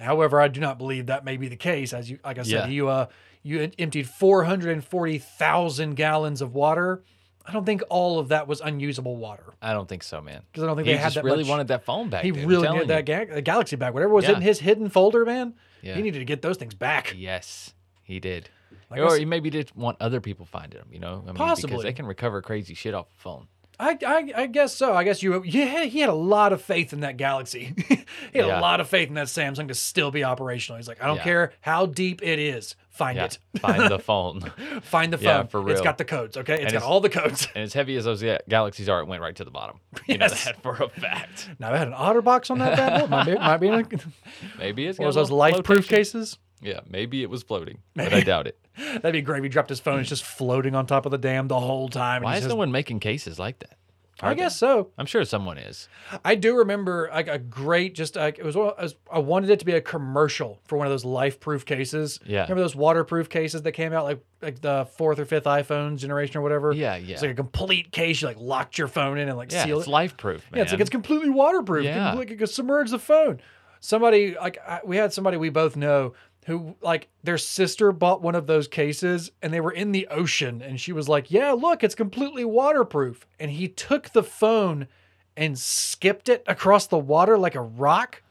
Speaker 2: However, I do not believe that may be the case. As you, like I
Speaker 1: Yeah.
Speaker 2: said, you uh, you em- emptied four hundred and forty thousand gallons of water. I don't think all of that was unusable water
Speaker 1: I don't think so, man.
Speaker 2: because I don't think
Speaker 1: He
Speaker 2: they had
Speaker 1: just
Speaker 2: that
Speaker 1: really
Speaker 2: much.
Speaker 1: wanted that phone back.
Speaker 2: he
Speaker 1: dude, I'm
Speaker 2: really
Speaker 1: telling
Speaker 2: needed that
Speaker 1: you.
Speaker 2: ga- the galaxy back. Whatever was
Speaker 1: Yeah.
Speaker 2: in his hidden folder, man.
Speaker 1: Yeah.
Speaker 2: He needed to get those things back.
Speaker 1: Yes, he did.
Speaker 2: Like I
Speaker 1: or
Speaker 2: s-
Speaker 1: he maybe did want other people finding him. You know, I mean, because
Speaker 2: Possibly.
Speaker 1: they can recover crazy shit off the phone.
Speaker 2: I, I, I guess so. I guess you. Yeah, he had a lot of faith in that galaxy. he had
Speaker 1: Yeah.
Speaker 2: a lot of faith in that Samsung to still be operational. He's like, I don't
Speaker 1: Yeah.
Speaker 2: care how deep it is, find
Speaker 1: Yeah,
Speaker 2: it,
Speaker 1: find the phone. And
Speaker 2: find the phone.
Speaker 1: Yeah, for
Speaker 2: It's
Speaker 1: real.
Speaker 2: got the codes. Okay, it's got
Speaker 1: it's-
Speaker 2: all the codes.
Speaker 1: as heavy as those ga- galaxies are, it went right to the bottom. You know
Speaker 2: Yes.
Speaker 1: that for a fact.
Speaker 2: Now I had an OtterBox on that bad boy. Might be, might be in a,
Speaker 1: Maybe it's
Speaker 2: one of
Speaker 1: got a
Speaker 2: those
Speaker 1: little
Speaker 2: life-proof
Speaker 1: flotation.
Speaker 2: cases.
Speaker 1: Yeah, maybe it was floating, but I doubt it.
Speaker 2: That'd be great. If he dropped his phone. It's just floating on top of the dam the whole time. and
Speaker 1: Why
Speaker 2: he's
Speaker 1: is
Speaker 2: just-
Speaker 1: no one making cases like that?
Speaker 2: I guess so.
Speaker 1: I'm sure someone is.
Speaker 2: I do remember like a great, just like it was. one- it was- I wanted it to be a commercial for one of those life-proof cases.
Speaker 1: Yeah.
Speaker 2: remember those waterproof cases that came out like like the fourth or fifth iPhones generation or whatever.
Speaker 1: Yeah, yeah.
Speaker 2: It's like a complete case. You like locked your phone in and like
Speaker 1: Yeah,
Speaker 2: sealed
Speaker 1: it's
Speaker 2: it.
Speaker 1: life proof, man.
Speaker 2: yeah, it's like it's completely waterproof.
Speaker 1: Yeah.
Speaker 2: Yeah, like it could submerge the phone. Somebody like I, we had somebody we both know who like their sister bought one of those cases and they were in the ocean and she was like, "Yeah, look, it's completely waterproof." And he took the phone and skipped it across the water like a rock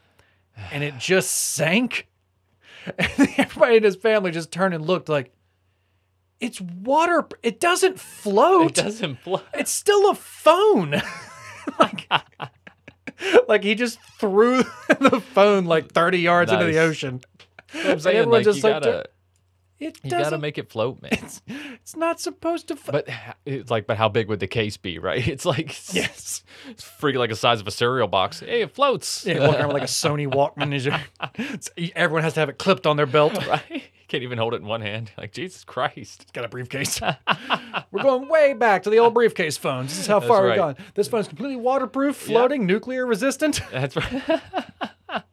Speaker 2: and it just sank. And everybody in his family just turned and looked like it's water. It doesn't float
Speaker 1: it doesn't float.
Speaker 2: it's still a phone. like, like he just threw the phone like 30 yards into the
Speaker 1: Nice.
Speaker 2: ocean.
Speaker 1: I'm saying,
Speaker 2: everyone
Speaker 1: like,
Speaker 2: just,
Speaker 1: you
Speaker 2: like,
Speaker 1: gotta,
Speaker 2: It
Speaker 1: you gotta
Speaker 2: doesn't.
Speaker 1: make it float, man.
Speaker 2: it's, it's not supposed to. Fo-
Speaker 1: But h- it's like, but how big would the case be, right? It's like
Speaker 2: yes.
Speaker 1: it's freaking like the size of a cereal box. Hey, it floats.
Speaker 2: Yeah, walking around with like a Sony Walkman. Is your, it's- e, everyone has to have it clipped on their belt.
Speaker 1: right? Can't even hold it in one hand. Like Jesus Christ.
Speaker 2: It's got a briefcase. We're going way back to the old briefcase phones. This is how far
Speaker 1: right.
Speaker 2: we've gone. This phone's completely waterproof, floating, nuclear resistant.
Speaker 1: That's right.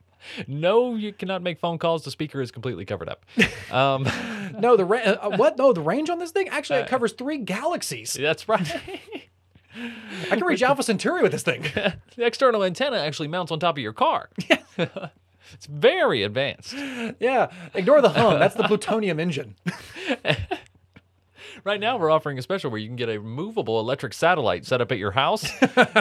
Speaker 1: no, you cannot make phone calls. The speaker is completely covered up. Um,
Speaker 2: No, the ra- uh, what? No, the range on this thing actually
Speaker 1: Uh,
Speaker 2: it covers three galaxies.
Speaker 1: that's right.
Speaker 2: I can reach Alpha Centauri with this thing.
Speaker 1: the external antenna actually mounts on top of your car. it's very advanced.
Speaker 2: Yeah, ignore the hum. That's the plutonium engine.
Speaker 1: Right now, we're offering a special where you can get a movable electric satellite set up at your house.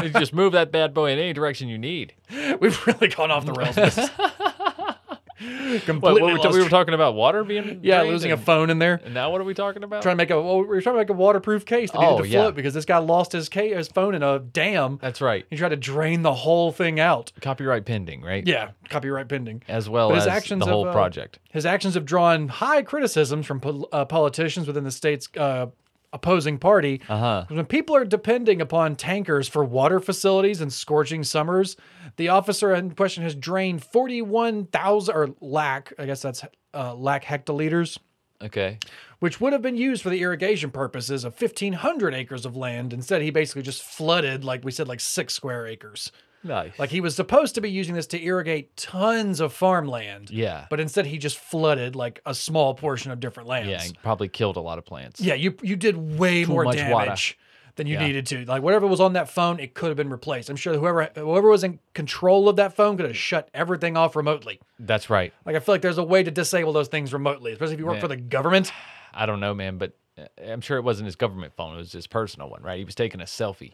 Speaker 1: you just move that bad boy in any direction you need.
Speaker 2: We've really gone off the rails. with this.
Speaker 1: What,
Speaker 2: Completely
Speaker 1: what we,
Speaker 2: lost
Speaker 1: we were
Speaker 2: track.
Speaker 1: talking about water being
Speaker 2: yeah,
Speaker 1: drained
Speaker 2: losing
Speaker 1: and,
Speaker 2: a phone in there.
Speaker 1: and now what are we talking about?
Speaker 2: Trying to make a well, we were trying to make a waterproof case that needed
Speaker 1: Oh,
Speaker 2: to
Speaker 1: yeah.
Speaker 2: float because this guy lost his ca- his phone in a dam.
Speaker 1: That's right.
Speaker 2: He tried to drain the whole thing out.
Speaker 1: Copyright pending, right?
Speaker 2: Yeah, copyright pending.
Speaker 1: As well
Speaker 2: But his
Speaker 1: as
Speaker 2: actions
Speaker 1: the
Speaker 2: of,
Speaker 1: whole
Speaker 2: uh,
Speaker 1: project.
Speaker 2: His actions have drawn high criticisms from pol- uh, politicians within the state's uh, opposing party.
Speaker 1: Uh-huh.
Speaker 2: When people are depending upon tankers for water facilities in scorching summers, the officer in question has drained 41,000 or lack, I guess that's uh, lack hectoliters,
Speaker 1: Okay.
Speaker 2: which would have been used for the irrigation purposes of 1,500 acres of land. Instead, he basically just flooded, like we said, like six square acres.
Speaker 1: Nice.
Speaker 2: Like he was supposed to be using this to irrigate tons of farmland.
Speaker 1: yeah.
Speaker 2: But instead, he just flooded like a small portion of different lands.
Speaker 1: Yeah, and probably killed a lot of plants.
Speaker 2: Yeah, you you did way more
Speaker 1: much
Speaker 2: damage
Speaker 1: water.
Speaker 2: than you
Speaker 1: Yeah.
Speaker 2: needed to. Like whatever was on that phone, it could have been replaced. I'm sure whoever whoever was in control of that phone could have shut everything off remotely.
Speaker 1: That's right.
Speaker 2: Like I feel like there's a way to disable those things remotely, especially if you work
Speaker 1: Man.
Speaker 2: for the government.
Speaker 1: I don't know, man, but uh, I'm sure it wasn't his government phone. It was his personal one, right? He was taking a selfie.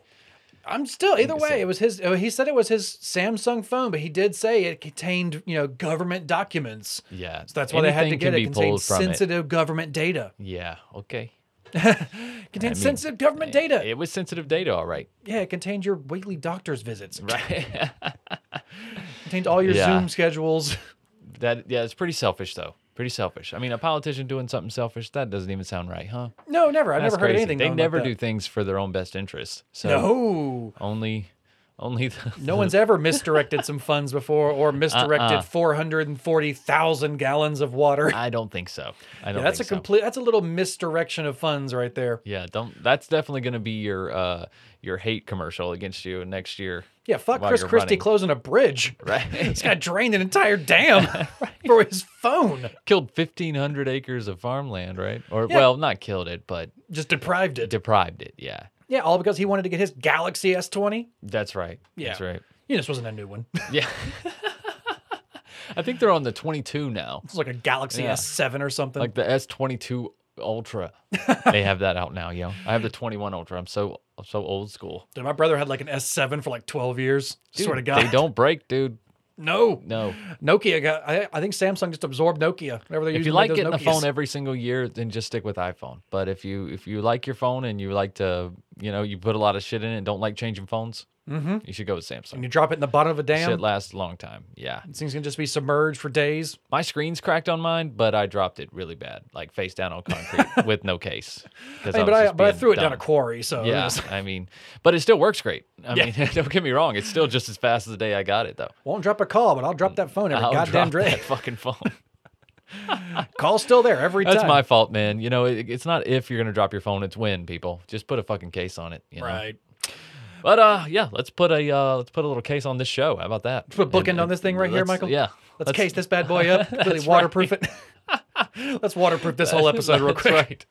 Speaker 2: I'm still either way. It was his. uh, He said it was his Samsung phone, but he did say it contained you know government documents.
Speaker 1: Yeah.
Speaker 2: So that's why they had to
Speaker 1: Anything can
Speaker 2: get it.
Speaker 1: be
Speaker 2: Contained
Speaker 1: pulled from it.
Speaker 2: sensitive government data.
Speaker 1: Yeah. Okay.
Speaker 2: Contained sensitive government data.
Speaker 1: It was sensitive data, all right.
Speaker 2: yeah, it contained your weekly doctor's visits.
Speaker 1: Right.
Speaker 2: Contained all your
Speaker 1: Yeah.
Speaker 2: Zoom schedules.
Speaker 1: that yeah, it's pretty selfish though. Pretty selfish. I mean, a politician doing something selfish, that doesn't even sound right, huh?
Speaker 2: No, never. I've
Speaker 1: That's
Speaker 2: never heard
Speaker 1: crazy.
Speaker 2: anything.
Speaker 1: They
Speaker 2: going
Speaker 1: never
Speaker 2: like
Speaker 1: do
Speaker 2: that.
Speaker 1: things for their own best interest. So
Speaker 2: No.
Speaker 1: only only the,
Speaker 2: No one's ever misdirected some funds before
Speaker 1: Uh-uh.
Speaker 2: or misdirected 440,000 gallons of water.
Speaker 1: I don't think so. I don't
Speaker 2: Yeah, that's a
Speaker 1: think so.
Speaker 2: complete that's a little misdirection of funds right there.
Speaker 1: Yeah, don't that's definitely gonna be your uh your hate commercial against you next year.
Speaker 2: Yeah, fuck
Speaker 1: While
Speaker 2: Chris
Speaker 1: you're
Speaker 2: Christie
Speaker 1: running.
Speaker 2: closing a bridge.
Speaker 1: Right.
Speaker 2: This guy drained an entire dam for his phone.
Speaker 1: killed fifteen hundred acres of farmland, right? Or well, not killed it, but
Speaker 2: Just deprived it.
Speaker 1: deprived it, yeah.
Speaker 2: Yeah, all because he wanted to get his Galaxy S20.
Speaker 1: That's right.
Speaker 2: Yeah.
Speaker 1: That's right.
Speaker 2: Yeah, this wasn't a new one. It's
Speaker 1: Yeah. I think they're on the twenty two now.
Speaker 2: like a Galaxy
Speaker 1: Yeah.
Speaker 2: S7 or something.
Speaker 1: Like the S twenty two Ultra. they have that out now, yo. I have the twenty one Ultra. I'm so I'm so old school.
Speaker 2: Dude, my brother had like an S7 for like 12 years. swear to
Speaker 1: Dude,
Speaker 2: God.
Speaker 1: They don't break, dude.
Speaker 2: No.
Speaker 1: No.
Speaker 2: Nokia got, I, I think Samsung just absorbed Nokia. Whenever they
Speaker 1: if you like getting a phone every single year, then just stick with iPhone. But if you if you like your phone and you like to, you know, you put a lot of shit in it and don't like changing phones, mm-hmm. you should go with
Speaker 2: and
Speaker 1: Samsung.
Speaker 2: you drop it in the bottom of a
Speaker 1: Shit
Speaker 2: dam,
Speaker 1: lasts a long time. Yeah.
Speaker 2: these things can just be submerged for days.
Speaker 1: My screen's cracked on mine, but I dropped it really bad, like face down on concrete with no case. 'cause
Speaker 2: Hey,
Speaker 1: was
Speaker 2: but I
Speaker 1: just
Speaker 2: but I
Speaker 1: being
Speaker 2: threw it down a
Speaker 1: dumb.
Speaker 2: quarry, so
Speaker 1: Yeah,
Speaker 2: yes.
Speaker 1: I mean, but it still works great. I
Speaker 2: Yeah.
Speaker 1: mean, don't get me wrong; it's still just as fast as the day I got it, though.
Speaker 2: won't drop a call, but I'll drop that phone every
Speaker 1: I'll
Speaker 2: goddamn
Speaker 1: drop
Speaker 2: day.
Speaker 1: that fucking phone.
Speaker 2: Call's still there every
Speaker 1: That's
Speaker 2: time.
Speaker 1: my fault, man. You know, it, it's not if you're gonna drop your phone; it's when. People just put a fucking case on it. You know?
Speaker 2: right.
Speaker 1: But uh, yeah, let's put a uh, let's put a little case on this show. How about that?
Speaker 2: Put bookend
Speaker 1: And- uh,
Speaker 2: on this thing right here,
Speaker 1: let's-
Speaker 2: Michael.
Speaker 1: Yeah,
Speaker 2: Let's, case this bad boy up, really waterproof it. let's waterproof this whole episode real
Speaker 1: That's
Speaker 2: quick.
Speaker 1: right.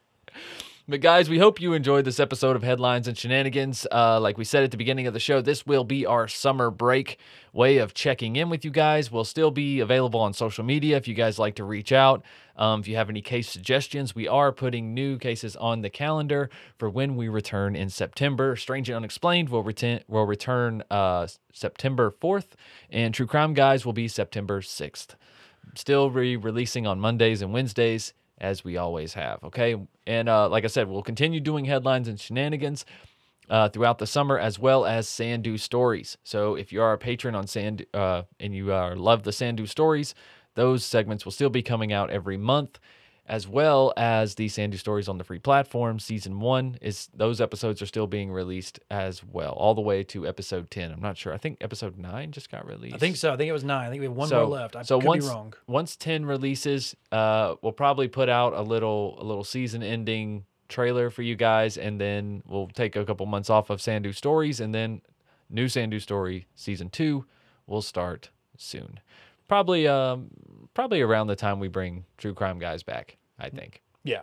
Speaker 1: But guys, we hope you enjoyed this episode of Headlines and Shenanigans. Uh, like we said at the beginning of the show, this will be our summer break way of checking in with you guys. We'll still be available on social media if you guys like to reach out. Um, if you have any case suggestions, we are putting new cases on the calendar for when we return in September. Strange and Unexplained will return will return uh, September fourth, and True Crime Guys will be September sixth still re-releasing on Mondays and Wednesdays as we always have. Okay, and uh, like I said, we'll continue doing headlines and shenanigans uh, throughout the summer, as well as Sandu stories. So if you are a patron on Sand uh, and you are love the Sandu stories, those segments will still be coming out every month. As well as the Sandu stories on the free platform, season one is those episodes are still being released as well, all the way to episode ten. I'm not sure. I think episode nine just got released.
Speaker 2: I think so. I think it was nine. I think we have one more left. I could
Speaker 1: once,
Speaker 2: be wrong.
Speaker 1: Once ten releases, uh, we'll probably put out a little a little season ending trailer for you guys, and then we'll take a couple months off of Sandu stories, and then new Sandu story season two will start soon. Probably um, probably around the time we bring True Crime guys back. I think.
Speaker 2: Yeah.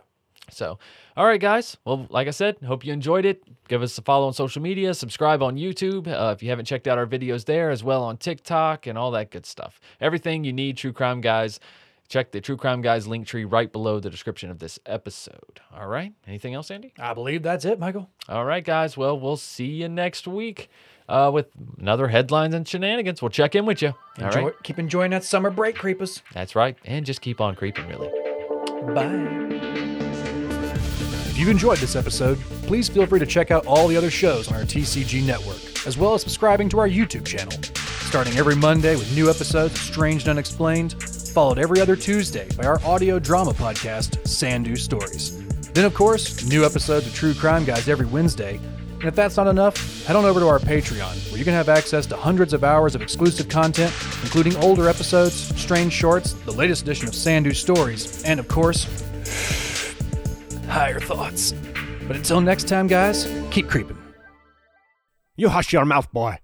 Speaker 1: So, all right, guys. Well, like I said, hope you enjoyed it. Give us a follow on social media, subscribe on YouTube uh, if you haven't checked out our videos there, as well on TikTok and all that good stuff. Everything you need, True Crime Guys. Check the True Crime Guys link tree right below the description of this episode. All right. Anything else, Andy?
Speaker 2: I believe that's it, Michael.
Speaker 1: All right, guys. Well, we'll see you next week uh, with another headlines and shenanigans. We'll check in with you. All
Speaker 2: Enjoy,
Speaker 1: right.
Speaker 2: Keep enjoying that summer break, creepers.
Speaker 1: That's right. And just keep on creeping, really.
Speaker 2: Bye. If you've enjoyed this episode, please feel free to check out all the other shows on our TCG network, as well as subscribing to our YouTube channel. Starting every Monday with new episodes of Strange and Unexplained, followed every other Tuesday by our audio drama podcast, Sandu Stories. Then, of course, new episodes of True Crime Guys every Wednesday. And if that's not enough, head on over to our Patreon, where you can have access to hundreds of hours of exclusive content, including older episodes, strange shorts, the latest edition of Sandu Stories, and, of course, higher thoughts. But until next time, guys, keep creeping.
Speaker 3: You hush your mouth, boy.